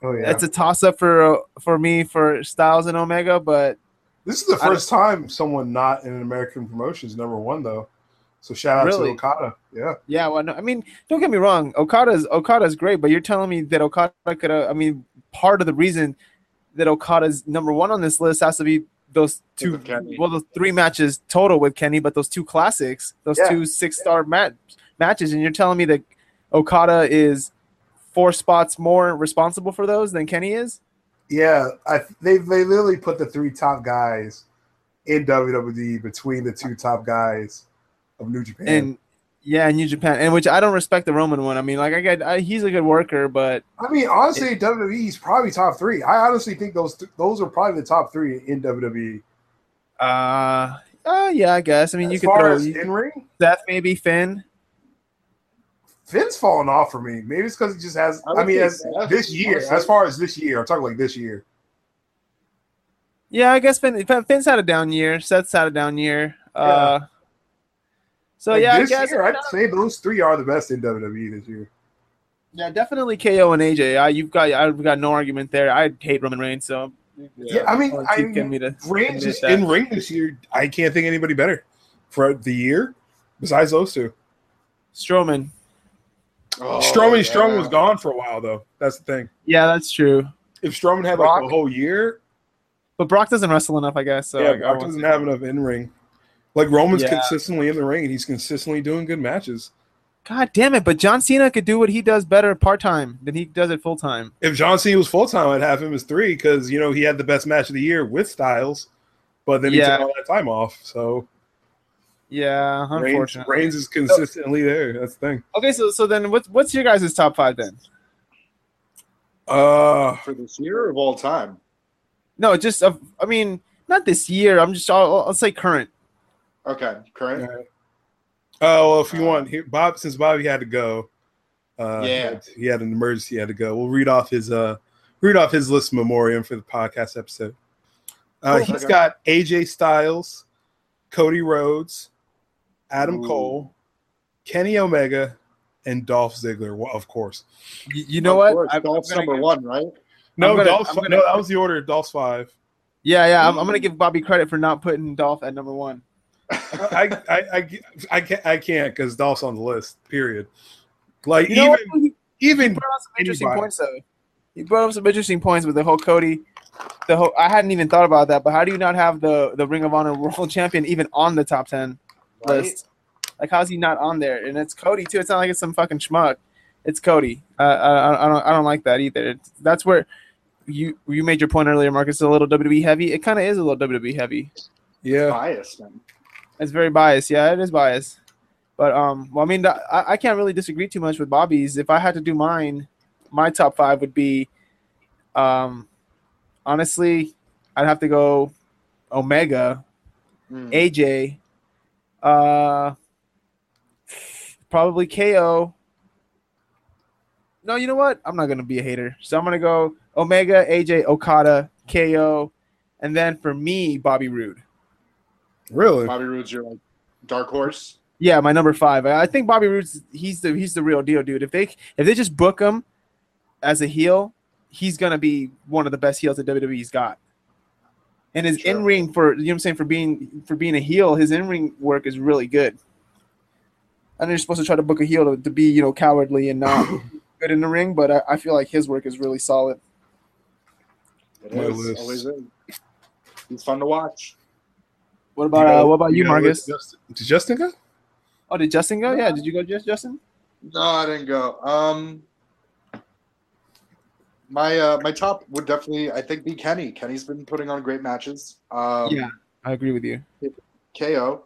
Speaker 2: Oh yeah,
Speaker 3: It's a toss up for for me for Styles and Omega, but
Speaker 2: this is the
Speaker 3: I
Speaker 2: first time someone not in an American promotion is number one though. So shout out
Speaker 3: Really?
Speaker 2: to Okada. Yeah,
Speaker 3: Yeah, well, no, I mean, don't get me wrong. Okada's Okada's great, but you're telling me that Okada could. Uh, I mean, part of the reason that Okada's number one on this list has to be those two,
Speaker 1: With Kenny.
Speaker 3: well, those three matches total with Kenny, but those two classics, those
Speaker 2: Yeah.
Speaker 3: two six star mat- matches, and you're telling me that Okada is four spots more responsible for those than Kenny is.
Speaker 2: yeah. I, they they literally put the three top guys in WWE between the two top guys of New Japan.
Speaker 3: And yeah, New Japan, and which I don't respect the Roman one. I mean, like I get, I, he's a good worker, but
Speaker 2: I mean, honestly, WWE's probably top three. I honestly think those th- those are probably the top three in WWE.
Speaker 3: uh, uh yeah, I guess. I mean, you
Speaker 2: as
Speaker 3: could
Speaker 2: far
Speaker 3: throw
Speaker 2: as in ring,
Speaker 3: Seth, maybe Finn.
Speaker 2: Finn's falling off for me. Maybe it's because he just has.
Speaker 1: I
Speaker 2: I,
Speaker 1: would
Speaker 2: mean,
Speaker 1: think
Speaker 2: as
Speaker 1: Seth,
Speaker 2: this year,
Speaker 1: honestly.
Speaker 2: as far as this year, I'm talking like this year.
Speaker 3: Yeah, I guess Finn, Finn- Finn's had a down year. Seth's had a down year. Uh, so
Speaker 2: Like
Speaker 3: yeah, I
Speaker 2: this
Speaker 3: guess.
Speaker 2: E year, I'd say those three are the best in WWE this year.
Speaker 3: Yeah, definitely KO and AJ. I, you've got, I've got no argument there. I hate Roman Reigns, so
Speaker 6: Yeah, I mean,
Speaker 3: I'll
Speaker 6: I
Speaker 3: keep getting me to
Speaker 2: Reigns
Speaker 3: admit
Speaker 2: is
Speaker 3: that.
Speaker 2: in ring this year. I can't think of anybody better for the year besides those two.
Speaker 3: Strowman.
Speaker 1: Oh,
Speaker 2: Strowman, Strowman
Speaker 1: yeah.
Speaker 2: was gone for a while though. That's the thing.
Speaker 3: Yeah, that's true.
Speaker 2: If Strowman had like a
Speaker 6: Brock?
Speaker 2: whole year,
Speaker 3: But Brock doesn't wrestle enough, I guess. So
Speaker 2: yeah,
Speaker 3: I- I
Speaker 2: Brock
Speaker 3: won't-
Speaker 2: doesn't have enough in ring. Like Roman's
Speaker 3: Yeah.
Speaker 2: consistently in the ring and he's consistently doing good matches.
Speaker 3: God damn it! But John Cena could do what he does better part time than he does it full time.
Speaker 2: If John Cena was full time, I'd have him as three because you know he had the best match of the year with Styles, but then he
Speaker 3: Yeah.
Speaker 2: took all that time off. So
Speaker 3: Yeah,
Speaker 2: Reigns,
Speaker 3: unfortunately.
Speaker 2: Reigns is consistently there. That's the thing.
Speaker 3: Okay, so so then what's what's your guys' top five then?
Speaker 2: Uh,
Speaker 1: for this year of all time.
Speaker 3: No, just of I mean, not this year. I'm just I'll, I'll say current.
Speaker 1: Okay, current.
Speaker 2: Oh, well, if
Speaker 3: Uh,
Speaker 2: you want, here, Bob, since Bobby had to go, uh, he
Speaker 1: Yeah.
Speaker 2: had- he had an emergency, he had to go. We'll read off his uh, read off his list memoriam for the podcast episode. Uh,
Speaker 1: Cool.
Speaker 2: He's
Speaker 1: Okay.
Speaker 2: got AJ Styles, Cody Rhodes, Adam
Speaker 1: Ooh.
Speaker 2: Cole, Kenny Omega, and Dolph Ziggler, well, of course.
Speaker 3: You, you know
Speaker 1: Of
Speaker 3: what?
Speaker 1: course,
Speaker 3: I'm- I'm
Speaker 1: Dolph's
Speaker 3: gonna
Speaker 1: number
Speaker 3: give-
Speaker 1: one, right?
Speaker 2: No,
Speaker 3: I'm gonna-
Speaker 2: Dolph's
Speaker 3: I'm
Speaker 2: fi-
Speaker 3: gonna-
Speaker 2: no, that was the order. Dolph's five.
Speaker 3: Yeah, yeah. I'm, I'm gonna give Bobby credit for not putting Dolph at number one.
Speaker 2: I, I, I, I can't I can't because Dolph's on the list. Period. Like
Speaker 3: You know
Speaker 2: even
Speaker 3: what?
Speaker 2: even
Speaker 3: He brought up some interesting
Speaker 2: Anybody.
Speaker 3: points though. He brought up some interesting points with the whole Cody. The whole I hadn't even thought about that, but how do you not have the the Ring of Honor World Champion even on the top ten list? Like how's he not on there? And it's Cody too. It's not like it's some fucking schmuck. It's Cody. Uh, I, I- I don't I don't like that either. It's, that's where you you made your point earlier, Marcus. It's a little WWE heavy. It kind of is a little WWE heavy.
Speaker 2: yeah.
Speaker 1: Biased, man.
Speaker 3: It's very biased. Yeah, it is biased. But um, well, I mean, th- I, I can't really disagree too much with Bobby's. If I had to do mine, my top five would be, um, honestly, I'd have to go Omega,
Speaker 1: Mm.
Speaker 3: AJ, uh, probably KO. No, you know what? I'm not gonna be a hater, so I'm gonna go Omega, AJ, Okada, KO, and then for me, Bobby Roode.
Speaker 2: Really?
Speaker 1: Bobby Roode's your like dark horse.
Speaker 3: Yeah, my number five. I I think Bobby Roode's he's the he's the real deal, dude. If they if they just book him as a heel, he's gonna be one of the best heels that WWE's got. And his
Speaker 1: Sure.
Speaker 3: in ring for you know what I'm saying for being for being a heel, his in ring work is really good. I know you're supposed to try to book a heel to, to be you know cowardly and not good in the ring, but I, I feel like his work is really solid.
Speaker 1: It
Speaker 2: My
Speaker 1: is,
Speaker 2: list.
Speaker 1: always is. He's fun to watch.
Speaker 3: What about uh, what about you,
Speaker 2: gotta let
Speaker 3: Marcus?
Speaker 2: Justin, did Justin go?
Speaker 3: Oh, did Justin go? Yeah, did you go, Jus- Justin?
Speaker 1: No, I didn't go. Um, my uh, my top would definitely, I think, be Kenny. Kenny's been putting on great matches. Um,
Speaker 3: Yeah. I agree with you.
Speaker 1: KO.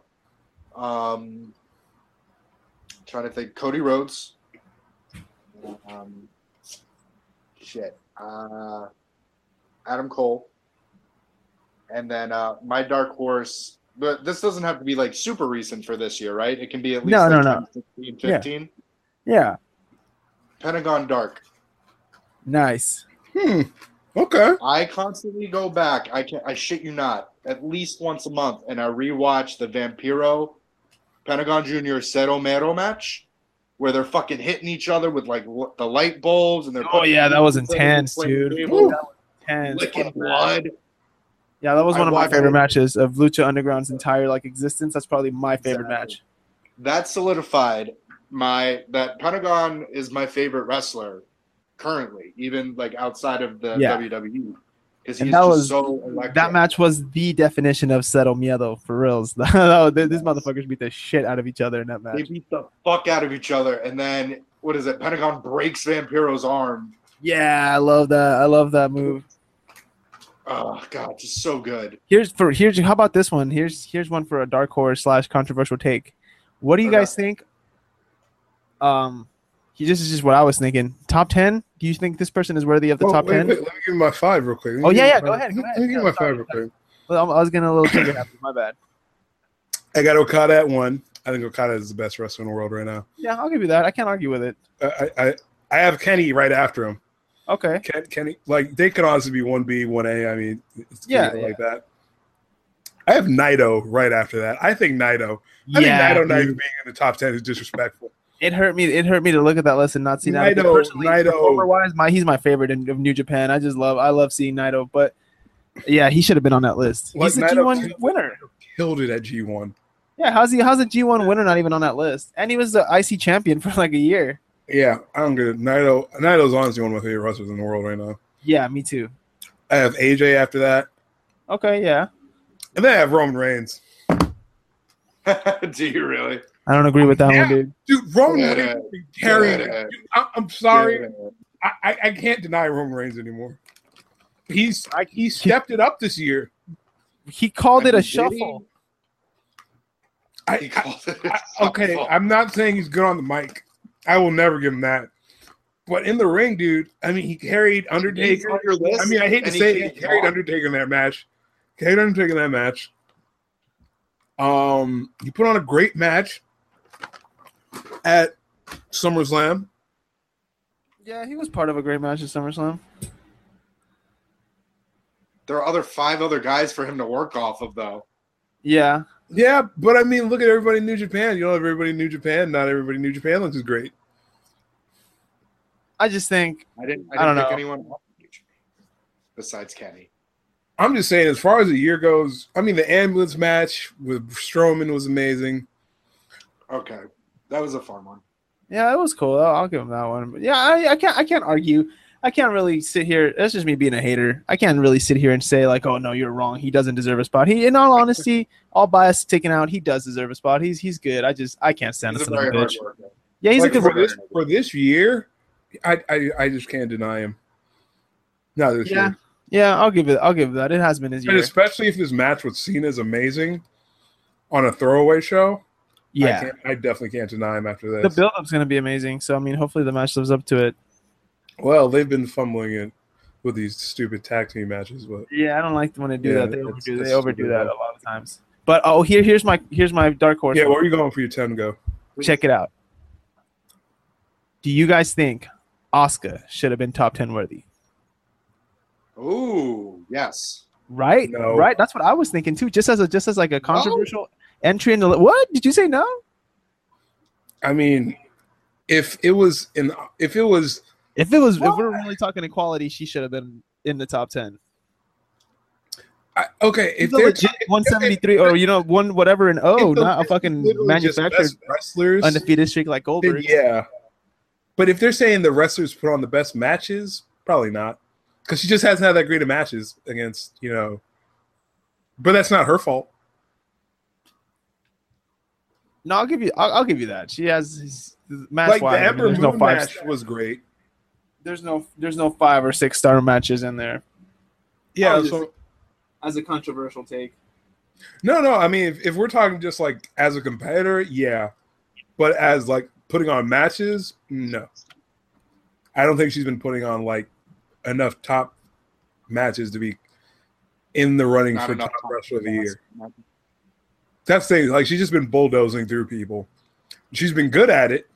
Speaker 1: Um, trying to think, Cody Rhodes. Um, shit. Uh, Adam Cole. And then uh, my dark horse. But this doesn't have to be like super recent for this year, right? It can be at least
Speaker 3: No,
Speaker 1: like,
Speaker 3: no, no.
Speaker 1: 15,
Speaker 3: Yeah.
Speaker 1: 15.
Speaker 3: Yeah,
Speaker 1: Pentagon Dark.
Speaker 3: nice.
Speaker 2: Hmm. Okay.
Speaker 1: I constantly go back. I can I shit you not, at least once a month, and I rewatch the Vampiro, Pentagon Junior, Cero Mero match, where they're fucking hitting each other with like what, the light bulbs and they're.
Speaker 3: Oh
Speaker 1: fucking-
Speaker 3: yeah, that was intense,
Speaker 1: Like,
Speaker 3: dude.
Speaker 1: they
Speaker 3: That
Speaker 1: were
Speaker 3: was intense.
Speaker 1: Licking blood.
Speaker 3: Yeah, that was
Speaker 1: I
Speaker 3: one of my
Speaker 1: watched
Speaker 3: favorite
Speaker 1: it.
Speaker 3: matches of Lucha Underground's entire like existence. That's probably my favorite
Speaker 1: Exactly.
Speaker 3: match.
Speaker 1: That solidified my that Pentagon is my favorite wrestler currently, even like outside of the
Speaker 3: Yeah.
Speaker 1: WWE, because he's
Speaker 3: And
Speaker 1: just
Speaker 3: that was-
Speaker 1: so electric.
Speaker 3: That match was the definition of settle miedo for reals. That- These motherfuckers beat the shit out of each other in that
Speaker 1: They
Speaker 3: match.
Speaker 1: beat the fuck out of each other, and then what is it? Pentagon breaks Vampiro's arm.
Speaker 3: Yeah, I love that. I love that move.
Speaker 1: Oh god, just so good.
Speaker 3: Here's for here's how about this one? Here's here's one for a dark horse slash controversial take. What do you
Speaker 1: Okay.
Speaker 3: guys think? Um, he just is just what I was thinking. Top ten? Do you think this person is worthy of the
Speaker 2: Well,
Speaker 3: top
Speaker 2: wait,
Speaker 3: ten?
Speaker 2: wait, let me give my five real quick. Let me
Speaker 3: Oh,
Speaker 2: give
Speaker 3: yeah,
Speaker 2: my
Speaker 3: yeah,
Speaker 2: five-
Speaker 3: go ahead, go ahead.
Speaker 2: Let me give
Speaker 3: Yeah,
Speaker 2: my
Speaker 3: sorry,
Speaker 2: five real quick.
Speaker 3: Well, I'm- I was getting a little trigger happy. My bad.
Speaker 2: I got Okada at one. I think Okada is the best wrestler in the world right now.
Speaker 3: Yeah, I'll give you that. I can't argue with it.
Speaker 2: I I, I- I have Kenny right after him.
Speaker 3: Okay.
Speaker 2: Ken, Kenny, like they could honestly be one B, one A. I mean, it's
Speaker 3: Yeah,
Speaker 2: yeah, like that. I have Naito right after that. I think Naito. I think Naito not even being in the top ten is disrespectful.
Speaker 3: It hurt me. It hurt me to look at that list and not see that.
Speaker 2: Naito- Naito.
Speaker 3: wise, my he's my favorite in, of New Japan. I just love. I love seeing Naito, but yeah, he should have been on that list.
Speaker 2: What
Speaker 3: He's the
Speaker 2: Naito
Speaker 3: G one
Speaker 2: killed-
Speaker 3: winner.
Speaker 2: Killed it at G1.
Speaker 3: Yeah, how's he? How's a G one winner not even on that list? And he was the IC champion for like a year.
Speaker 2: Yeah, I don't get it. Naito, Naito's honestly one of my favorite wrestlers in the world right now.
Speaker 3: Yeah, me too.
Speaker 2: I have AJ after that,
Speaker 3: Okay, yeah.
Speaker 2: and then I have Roman Reigns.
Speaker 1: Do you really?
Speaker 3: I don't agree with that
Speaker 2: Yeah.
Speaker 3: one, dude.
Speaker 2: Dude, Roman
Speaker 1: Yeah.
Speaker 2: Reigns is carrying.
Speaker 1: Yeah.
Speaker 2: it. Dude, I, I'm sorry,
Speaker 1: Yeah.
Speaker 2: I, I, I can't deny Roman Reigns anymore. He's I, he stepped it up this year.
Speaker 3: He called it a
Speaker 1: Did he?
Speaker 3: shuffle.
Speaker 1: He
Speaker 2: I,
Speaker 1: called it a
Speaker 2: I- okay,
Speaker 1: shuffle.
Speaker 2: I'm not saying he's good on the mic. I will never give him that. But in the ring, dude, I mean, he carried
Speaker 1: He's
Speaker 2: Undertaker.
Speaker 1: on your list,
Speaker 2: I mean, I hate to
Speaker 1: and he
Speaker 2: say it,
Speaker 1: can't
Speaker 2: he carried
Speaker 1: walk.
Speaker 2: Undertaker in that match. Carried Undertaker in that match. Um, he put on a great match at SummerSlam.
Speaker 3: Yeah, he was part of a great match at SummerSlam.
Speaker 1: There are other five other guys for him to work off of, though.
Speaker 3: Yeah,
Speaker 2: Yeah, but I mean, look at everybody in New Japan. You don't have everybody in New Japan. Not everybody in New Japan looks as great.
Speaker 3: I just think
Speaker 1: I didn't. I, didn't
Speaker 3: I don't
Speaker 1: pick
Speaker 3: know.
Speaker 1: anyone up besides Kenny.
Speaker 2: I'm just saying, as far as the year goes, I mean, the ambulance match with Strowman was amazing.
Speaker 1: Okay, that was a fun one.
Speaker 3: Yeah, it was cool. I'll, I'll give him that one. But yeah, I, I can't. I can't argue. I can't really sit here. That's just me being a hater. I can't really sit here and say like, "Oh no, you're wrong. He doesn't deserve a spot." He, in all honesty, all bias taken out, he does deserve a spot. He's he's good. I just I can't stand
Speaker 1: He's
Speaker 3: this
Speaker 1: a
Speaker 3: son of a
Speaker 1: very hard
Speaker 3: bitch.
Speaker 1: worker.
Speaker 3: Yeah, he's
Speaker 2: Like,
Speaker 3: a good
Speaker 2: for
Speaker 3: worker.
Speaker 2: this for this year. I, I I just can't deny him. Not this
Speaker 3: Yeah,
Speaker 2: year,
Speaker 3: yeah. I'll give it. I'll give it that. It has been his
Speaker 2: and
Speaker 3: year.
Speaker 2: especially if this match with Cena is amazing on a throwaway show. I,
Speaker 3: Yeah,
Speaker 2: can't, I definitely can't deny him after
Speaker 3: the
Speaker 2: this.
Speaker 3: build up's gonna be amazing. So I mean, hopefully the match lives up to it.
Speaker 2: well, they've been fumbling it with these stupid tag team matches, but
Speaker 3: Yeah, I don't like when they do
Speaker 2: Yeah,
Speaker 3: that. They
Speaker 2: it's-
Speaker 3: overdo.
Speaker 2: it's
Speaker 3: They overdo
Speaker 2: stupid.
Speaker 3: that a lot of times. But oh, here here's my here's my dark horse.
Speaker 2: yeah,
Speaker 3: one.
Speaker 2: where are you going for your ten go?
Speaker 3: check it out. Do you guys think Oscar should have been top ten worthy?
Speaker 1: Ooh, yes.
Speaker 3: Right,
Speaker 2: No.
Speaker 3: right. That's what I was thinking too. Just as a just as like a controversial entry in the li- what did you say? No,
Speaker 2: I mean, if it was in, if it was,
Speaker 3: if it was if we're really talking equality, she should have been in the top ten.
Speaker 2: I, okay, if
Speaker 3: If a
Speaker 2: they're
Speaker 3: legit one seventy three or you know one whatever and oh,
Speaker 2: if they're
Speaker 3: not a fucking
Speaker 2: literally just
Speaker 3: manufactured
Speaker 2: best wrestlers,
Speaker 3: undefeated streak like
Speaker 2: then
Speaker 3: Goldberg.
Speaker 2: yeah. But if they're saying the wrestlers put on the best matches, probably not, because she just hasn't had that great of matches against you know. But that's not her fault.
Speaker 3: No, I'll give you. I'll, I'll give you that. She has match
Speaker 2: like
Speaker 3: wise.
Speaker 2: the
Speaker 3: I mean,
Speaker 2: Ember
Speaker 3: there's
Speaker 2: Moon
Speaker 3: no five.
Speaker 2: match was great.
Speaker 3: There's no. There's no five or six star matches in there.
Speaker 2: Yeah.
Speaker 3: was
Speaker 2: so
Speaker 3: As a controversial take.
Speaker 2: no, no. I mean, if, if we're talking just like as a competitor, yeah. But as like putting on matches, no. I don't think she's been putting on like enough top matches to be in the running
Speaker 1: Not
Speaker 2: for
Speaker 1: enough
Speaker 2: top
Speaker 1: time.
Speaker 2: wrestler of the year. that's the thing. Like she's just been bulldozing through people. She's been good at it,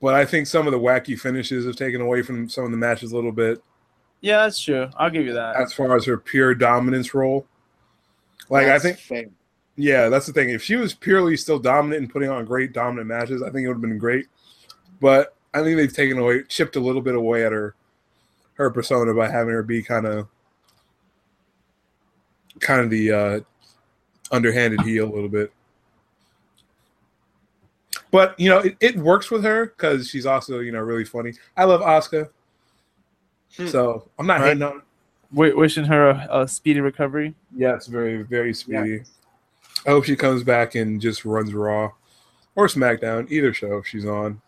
Speaker 2: but I think some of the wacky finishes have taken away from some of the matches a little bit
Speaker 3: Yeah, that's true. I'll give you that.
Speaker 2: as far as her pure dominance role. Like I think,
Speaker 1: think.
Speaker 2: yeah, that's the thing. If she was purely still dominant and putting on great dominant matches, I think it would have been great. But I think they've taken away, chipped a little bit away at her, her persona by having her be kind of, kind of the uh, underhanded heel a little bit. But you know, it, it works with her because she's also you know really funny. I love Oscar,
Speaker 1: Hmm.
Speaker 2: so I'm not
Speaker 3: Right.
Speaker 2: hating on. her.
Speaker 3: Wi- wishing her a, a speedy recovery.
Speaker 2: Yes, very, very speedy. I hope she comes back and just runs Raw or SmackDown, either show if she's on.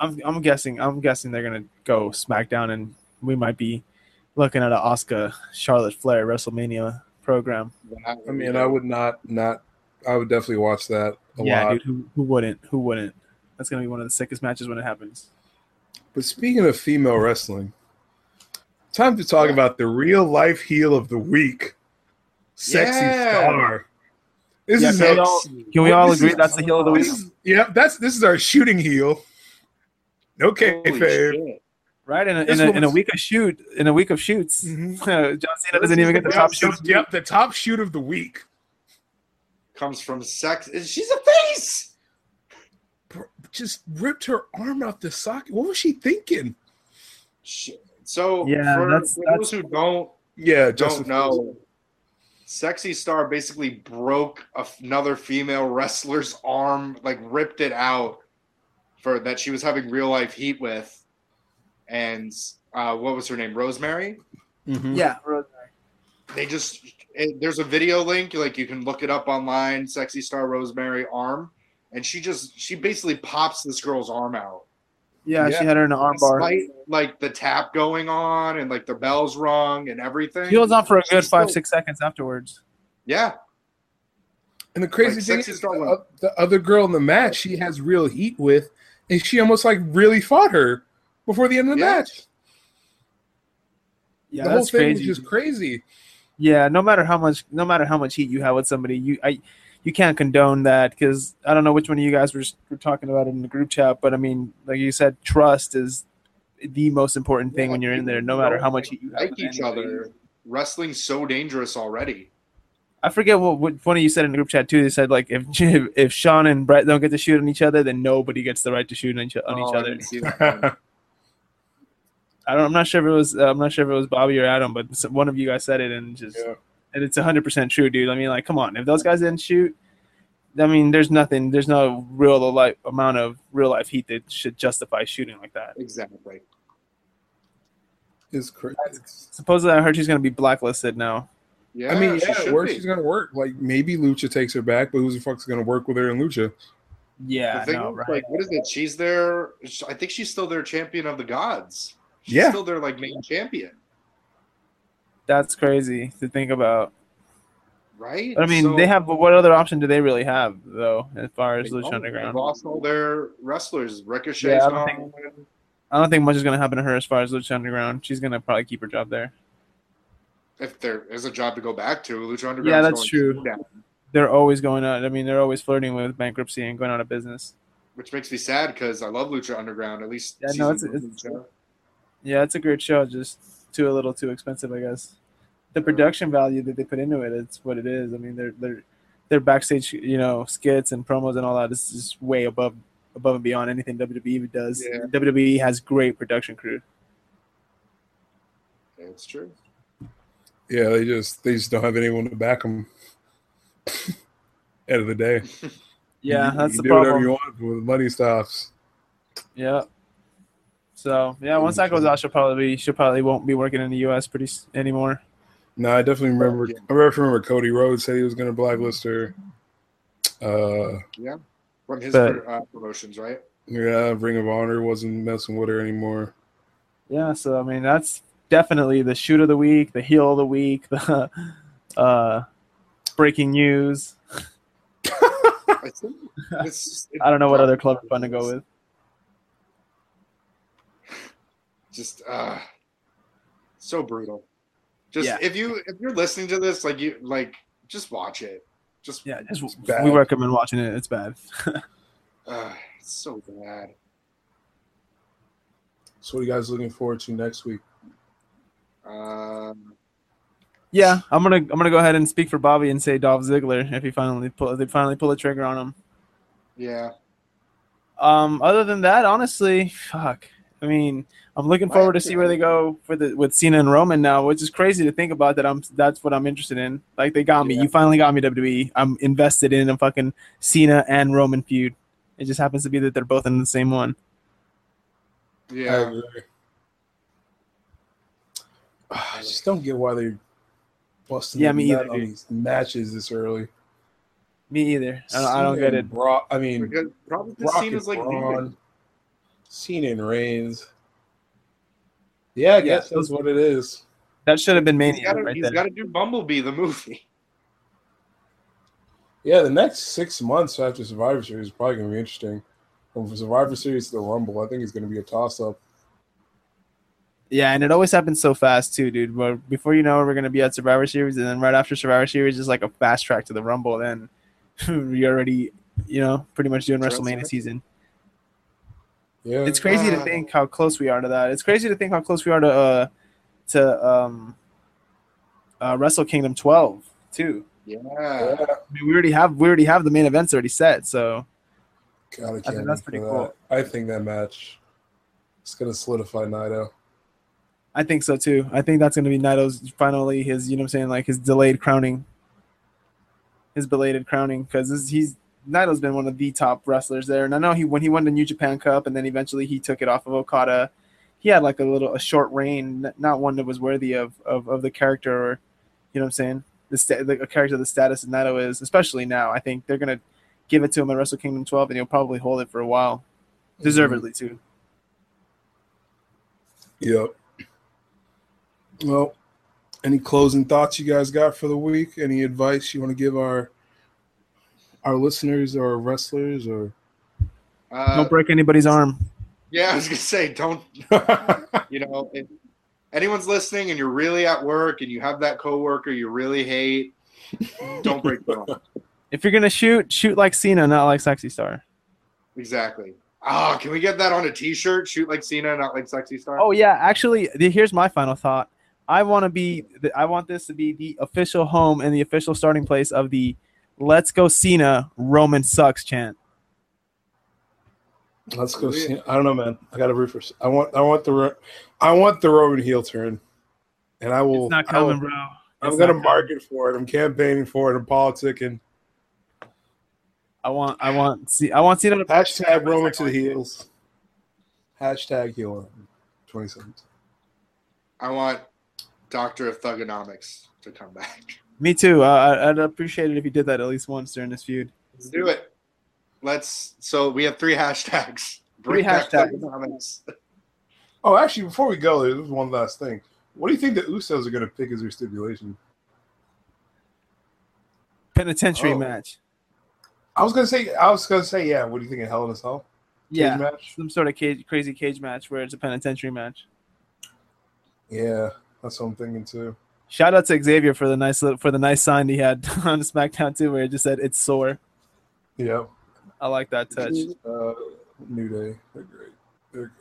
Speaker 3: I'm, I'm guessing. I'm guessing they're gonna go SmackDown, and we might be looking at an Oscar Charlotte Flair WrestleMania program.
Speaker 2: I mean, I would not, not, I would definitely watch that a
Speaker 3: yeah,
Speaker 2: lot.
Speaker 3: dude. Who, who wouldn't? Who wouldn't? That's gonna be one of the sickest matches when it happens.
Speaker 2: But speaking of female wrestling, time to talk about the real life heel of the week, Sexy
Speaker 1: Yeah.
Speaker 2: Star. This
Speaker 3: Yeah,
Speaker 2: is
Speaker 3: can we
Speaker 2: a-
Speaker 3: all- Can we all
Speaker 2: This
Speaker 3: agree
Speaker 2: is-
Speaker 3: that's the heel of the week?
Speaker 2: this is- yeah, that's this is our shooting heel. Okay,
Speaker 1: Holy
Speaker 2: Fabe.
Speaker 1: shit.
Speaker 3: Right in a,
Speaker 2: This
Speaker 3: in, a, in a
Speaker 2: woman's-
Speaker 3: week of shoot in a week of shoots,
Speaker 2: Mhm.
Speaker 3: John Cena doesn't even get the top shoot.
Speaker 2: Yep, the top shoot of the week.
Speaker 1: Comes from sex. She's a face.
Speaker 2: just ripped her arm out the socket. What was she thinking?
Speaker 1: Shit. So
Speaker 3: Yeah,
Speaker 1: for,
Speaker 3: that's-
Speaker 1: for those
Speaker 3: that's-
Speaker 1: who don't
Speaker 2: Yeah,
Speaker 1: don't know, Sexy Star basically broke a f- another female wrestler's arm, like ripped it out for that she was having real life heat with, and uh, what was her name, Rosemary?
Speaker 2: Mhm.
Speaker 3: Yeah.
Speaker 1: they just it, there's a video link like you can look it up online sexy star rosemary arm and she just she basically pops this girl's arm out
Speaker 3: Yeah, she had her in an armbar.
Speaker 1: despite like the tap going on and like the bells rung and everything
Speaker 3: She holds on for a good
Speaker 1: She's
Speaker 3: five,
Speaker 1: still-
Speaker 3: six seconds afterwards.
Speaker 1: yeah
Speaker 2: And the crazy
Speaker 1: Like,
Speaker 2: thing
Speaker 1: sexy
Speaker 2: is,
Speaker 1: star
Speaker 2: the,
Speaker 1: went-
Speaker 2: o- the other girl in the match, she has real heat with, and she almost like really fought her before the end of the
Speaker 1: Yeah.
Speaker 2: match.
Speaker 3: Yeah,
Speaker 2: the whole
Speaker 3: that's
Speaker 2: thing
Speaker 3: crazy.
Speaker 2: was just crazy.
Speaker 3: Yeah, no matter how much, no matter how much heat you have with somebody, you I, you can't condone that because I don't know which one of you guys were, were talking about it in the group chat, but I mean, like you said, trust is the most important thing when you're in there, no matter how much heat you have
Speaker 1: like
Speaker 3: with
Speaker 1: each
Speaker 3: anybody.
Speaker 1: other wrestling's so dangerous already
Speaker 3: I forget what, what one of you said in the group chat too. They said like if if Sean and Brett don't get to shoot on each other, then nobody gets the right to shoot on each, on
Speaker 1: Oh,
Speaker 3: each
Speaker 1: I
Speaker 3: other.
Speaker 1: didn't see that one.
Speaker 3: I don't. I'm not sure if it was. Uh, I'm not sure if it was Bobby or Adam, but s- one of you guys said it, and just
Speaker 2: Yeah.
Speaker 3: and it's 100 percent true, dude. I mean, like, come on. If those guys didn't shoot, I mean, there's nothing. There's no real life amount of real life heat that should justify shooting like that.
Speaker 1: exactly
Speaker 2: It's crazy.
Speaker 3: Supposedly, I heard she's gonna be blacklisted now.
Speaker 1: yeah
Speaker 2: I mean,
Speaker 1: she
Speaker 2: yeah,
Speaker 1: should
Speaker 2: where
Speaker 1: be.
Speaker 2: she's gonna work? Like maybe Lucha takes her back, but who the fuck's gonna work with her in Lucha?
Speaker 3: Yeah,
Speaker 1: the thing
Speaker 3: no,
Speaker 1: is,
Speaker 3: right.
Speaker 1: like what is it she's their i think she's still their champion of the gods she's
Speaker 2: Yeah.
Speaker 1: still their like main champion
Speaker 3: That's crazy to think about.
Speaker 1: right
Speaker 3: But I mean,
Speaker 1: So-
Speaker 3: they have. What other option do they really have though, as far as
Speaker 1: They
Speaker 3: Lucha
Speaker 1: don't. They
Speaker 3: Underground?
Speaker 1: oh, lost all their wrestlers. Ricochet's
Speaker 3: Yeah, I don't
Speaker 1: gone.
Speaker 3: I don't think much is gonna happen to her as far as Lucha Underground. She's gonna probably keep her job there.
Speaker 1: If there is a job to go back to, Lucha Underground.
Speaker 3: Yeah, that's true. They're always going out. I mean, they're always flirting with bankruptcy and going out of business.
Speaker 1: which makes me sad because I love Lucha Underground. At least
Speaker 3: Yeah, no,
Speaker 1: season
Speaker 3: it's-
Speaker 1: one
Speaker 3: it's-
Speaker 1: Lucha.
Speaker 3: Yeah, it's a great show, just too a little too expensive, I guess. The production value that they put into it, it's what it is. I mean, their their their backstage, you know, skits and promos and all that is just way above above and beyond anything WWE does.
Speaker 1: Yeah.
Speaker 3: WWE has great production crew.
Speaker 1: it's true.
Speaker 2: Yeah, they just they just don't have anyone to back them. End of the day,
Speaker 3: Yeah,
Speaker 2: You-
Speaker 3: that's
Speaker 2: you
Speaker 3: the
Speaker 2: do whatever you
Speaker 3: problem.
Speaker 2: want when the money stops.
Speaker 3: Yeah. So yeah, once that goes out, she'll probably she probably won't be working in the U.S. pretty s- anymore.
Speaker 2: No, I definitely remember.
Speaker 1: Yeah.
Speaker 2: I remember Cody Rhodes said he was gonna blacklist her. Uh,
Speaker 1: From his
Speaker 3: But-
Speaker 1: uh, promotions, right?
Speaker 2: yeah, Ring of Honor wasn't messing with her anymore.
Speaker 3: Yeah, so I mean that's definitely the shoot of the week, the heel of the week, the uh, breaking news.
Speaker 1: I think it's,
Speaker 3: I don't know what other clever fun to go with.
Speaker 1: just uh so brutal just
Speaker 3: Yeah.
Speaker 1: if you if you're listening to this like you like just watch it just
Speaker 3: Yeah, just
Speaker 2: bad.
Speaker 3: we recommend watching it. It's bad.
Speaker 1: uh, it's so bad
Speaker 2: So, what are you guys looking forward to next week?
Speaker 1: um
Speaker 3: yeah, I'm gonna I'm gonna go ahead and speak for Bobby and say Dolph Ziggler if he finally pull if they finally pull the trigger on him.
Speaker 1: yeah
Speaker 3: Um, other than that, honestly, fuck. I mean, I'm looking forward to see where they go with the, with Cena and Roman now, which is crazy to think about. That I'm that's what I'm interested in. Like they got me.
Speaker 1: Yeah.
Speaker 3: You finally got me WWE. I'm invested in a fucking Cena and Roman feud. It just happens to be that they're both in the same one.
Speaker 2: I
Speaker 1: yeah
Speaker 2: agree. Ah, I just don't get why they're busting
Speaker 3: Yeah,
Speaker 2: the
Speaker 3: me
Speaker 2: nut
Speaker 3: either,
Speaker 2: on
Speaker 3: dude.
Speaker 2: these matches this early.
Speaker 3: Me either. I don't, I don't get it.
Speaker 2: Bro- I mean,
Speaker 1: because probably this
Speaker 2: Rock
Speaker 1: scene
Speaker 2: is
Speaker 1: is like
Speaker 2: Braun, Cena and Reigns. Yeah, I guess that's what it is.
Speaker 3: That should have been
Speaker 1: he's
Speaker 3: Mania
Speaker 1: gotta,
Speaker 3: right
Speaker 1: he's
Speaker 3: there.
Speaker 1: gotta do Bumblebee the movie
Speaker 2: Yeah, the next six months after Survivor Series is probably going to be interesting. From Survivor Series to the Rumble, I think it's going to be a toss up.
Speaker 3: Yeah, and it always happens so fast too, dude. Where before you know, it, we're gonna be at Survivor Series, and then right after Survivor Series is like a fast track to the Rumble. Then you're already, you know, pretty much doing
Speaker 1: That's
Speaker 3: WrestleMania
Speaker 1: right.
Speaker 3: season.
Speaker 2: Yeah,
Speaker 3: It's crazy to
Speaker 1: Uh.
Speaker 3: think how close we are to that. It's crazy to think how close we are to uh to um uh Wrestle Kingdom 12 too.
Speaker 1: yeah,
Speaker 2: Yeah.
Speaker 3: I mean, we already have we already have the main events already set, so
Speaker 6: God, I,
Speaker 3: think
Speaker 6: can't
Speaker 3: that's
Speaker 6: wait for
Speaker 3: pretty
Speaker 6: that.
Speaker 3: cool.
Speaker 6: I think that match is going to solidify Naito.
Speaker 3: I think so too. I think that's going to be Naito's finally his, you know what I'm saying, like his delayed crowning, his belated crowning, because he's Naito's been one of the top wrestlers there. And I know he when he won the New Japan Cup, and then eventually he took it off of Okada. He had like a little a short reign, n- not one that was worthy of of, of the character, or you know what I'm saying, the, sta- the a character of the status that Naito is, especially now. I think they're going to give it to him at Wrestle Kingdom 12, and he'll probably hold it for a while,
Speaker 2: Mm-hmm.
Speaker 3: deservedly too.
Speaker 2: Yep. Well, any closing thoughts you guys got for the week? Any advice you want to give our our listeners or our wrestlers or
Speaker 1: Uh,
Speaker 3: Don't break anybody's arm.
Speaker 1: Yeah, I was gonna say, don't you know, if anyone's listening and you're really at work and you have that coworker you really hate, don't break the law.
Speaker 3: If you're gonna shoot, shoot like Cena, not like Sexy Star.
Speaker 1: Exactly. Ah, can we get that on a T-shirt? Shoot like Cena, not like Sexy Star.
Speaker 3: Oh yeah, actually, th- here's my final thought. I want to be. th- I want this to be the official home and the official starting place of the "Let's Go Cena Roman sucks" chant.
Speaker 2: Let's go see. I don't know, man. I got to root for. I want. I want the. Ro- I want the Roman heel turn, and I will.
Speaker 3: It's not
Speaker 2: I will-
Speaker 3: coming, bro.
Speaker 2: I'm
Speaker 3: It's
Speaker 2: gonna
Speaker 3: not
Speaker 2: market for it. I'm campaigning for it. I'm politicking.
Speaker 3: I want. I want. See. I want Cena. To,
Speaker 2: Hashtag Roman to the heels. Hashtag heel. Twenty seconds.
Speaker 1: I want Doctor of Thugonomics to come back.
Speaker 3: me too. I, I- I'd appreciate it if you did that at least once during this feud.
Speaker 1: Let's do it. Let's. So we have three hashtags.
Speaker 3: Three
Speaker 1: Bring back
Speaker 3: hashtags.
Speaker 1: Thugonomics.
Speaker 2: Oh, actually, before we go, there's one last thing. What do you think the Usos are going to pick as their stipulation?
Speaker 3: Penitentiary
Speaker 2: Oh.
Speaker 3: match.
Speaker 2: I was going to say. I was going to say, yeah. What do you think of Hell in a Cell? Cage
Speaker 3: Yeah.
Speaker 2: Match?
Speaker 3: Some sort of cage, crazy cage match where it's a penitentiary match.
Speaker 2: Yeah, that's what I'm thinking too.
Speaker 3: Shout out to Xavier for the nice li- for the nice sign he had on SmackDown too, where it just said it's sore.
Speaker 2: Yeah.
Speaker 3: I like that touch.
Speaker 2: Uh, New Day. They're great. They're great.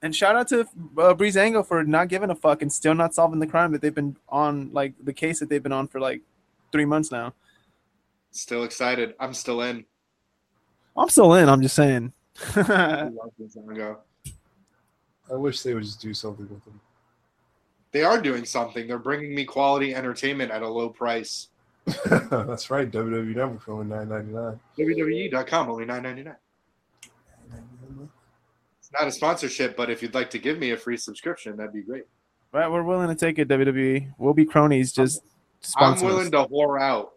Speaker 3: And shout out to uh, Breeze Angle for not giving a fuck and still not solving the crime that they've been on, like the case that they've been on for like three months now.
Speaker 1: Still excited. I'm still in.
Speaker 3: I'm still in. I'm just saying.
Speaker 1: I
Speaker 3: yeah,
Speaker 1: love this logo.
Speaker 2: I wish they would just do something with them.
Speaker 1: They are doing something. They're bringing me quality entertainment at a low price.
Speaker 2: That's right. E WWE Network filming nine ninety nine.
Speaker 1: WWE.com E only nine ninety nine. It's not a sponsorship, but if you'd like to give me a free subscription, that'd be great.
Speaker 3: right. We're willing to take it. WWE. We'll be cronies. Just sponsors.
Speaker 1: I'm willing to whore out.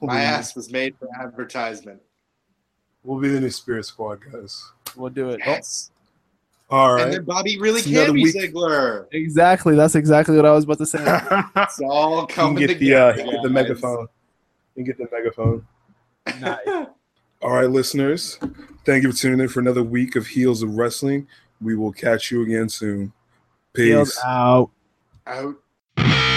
Speaker 1: My ass was made for advertisement.
Speaker 2: We'll be the new Spirit Squad guys.
Speaker 3: We'll do it. Oh,
Speaker 1: Yes.
Speaker 2: Oh, All
Speaker 1: And
Speaker 2: right.
Speaker 1: then Bobby really
Speaker 2: It's another
Speaker 1: can be
Speaker 2: week.
Speaker 1: Ziggler.
Speaker 3: Exactly. That's exactly what I was about to say.
Speaker 1: It's all
Speaker 2: you can
Speaker 1: coming
Speaker 2: get the uh,
Speaker 1: together.
Speaker 2: you can get the
Speaker 1: guys.
Speaker 2: megaphone. You can get the megaphone.
Speaker 3: Nice.
Speaker 2: All right, listeners. Thank you for tuning in for another week of Heels of Wrestling. We will catch you again soon. Peace.
Speaker 3: Heels out.
Speaker 1: Out.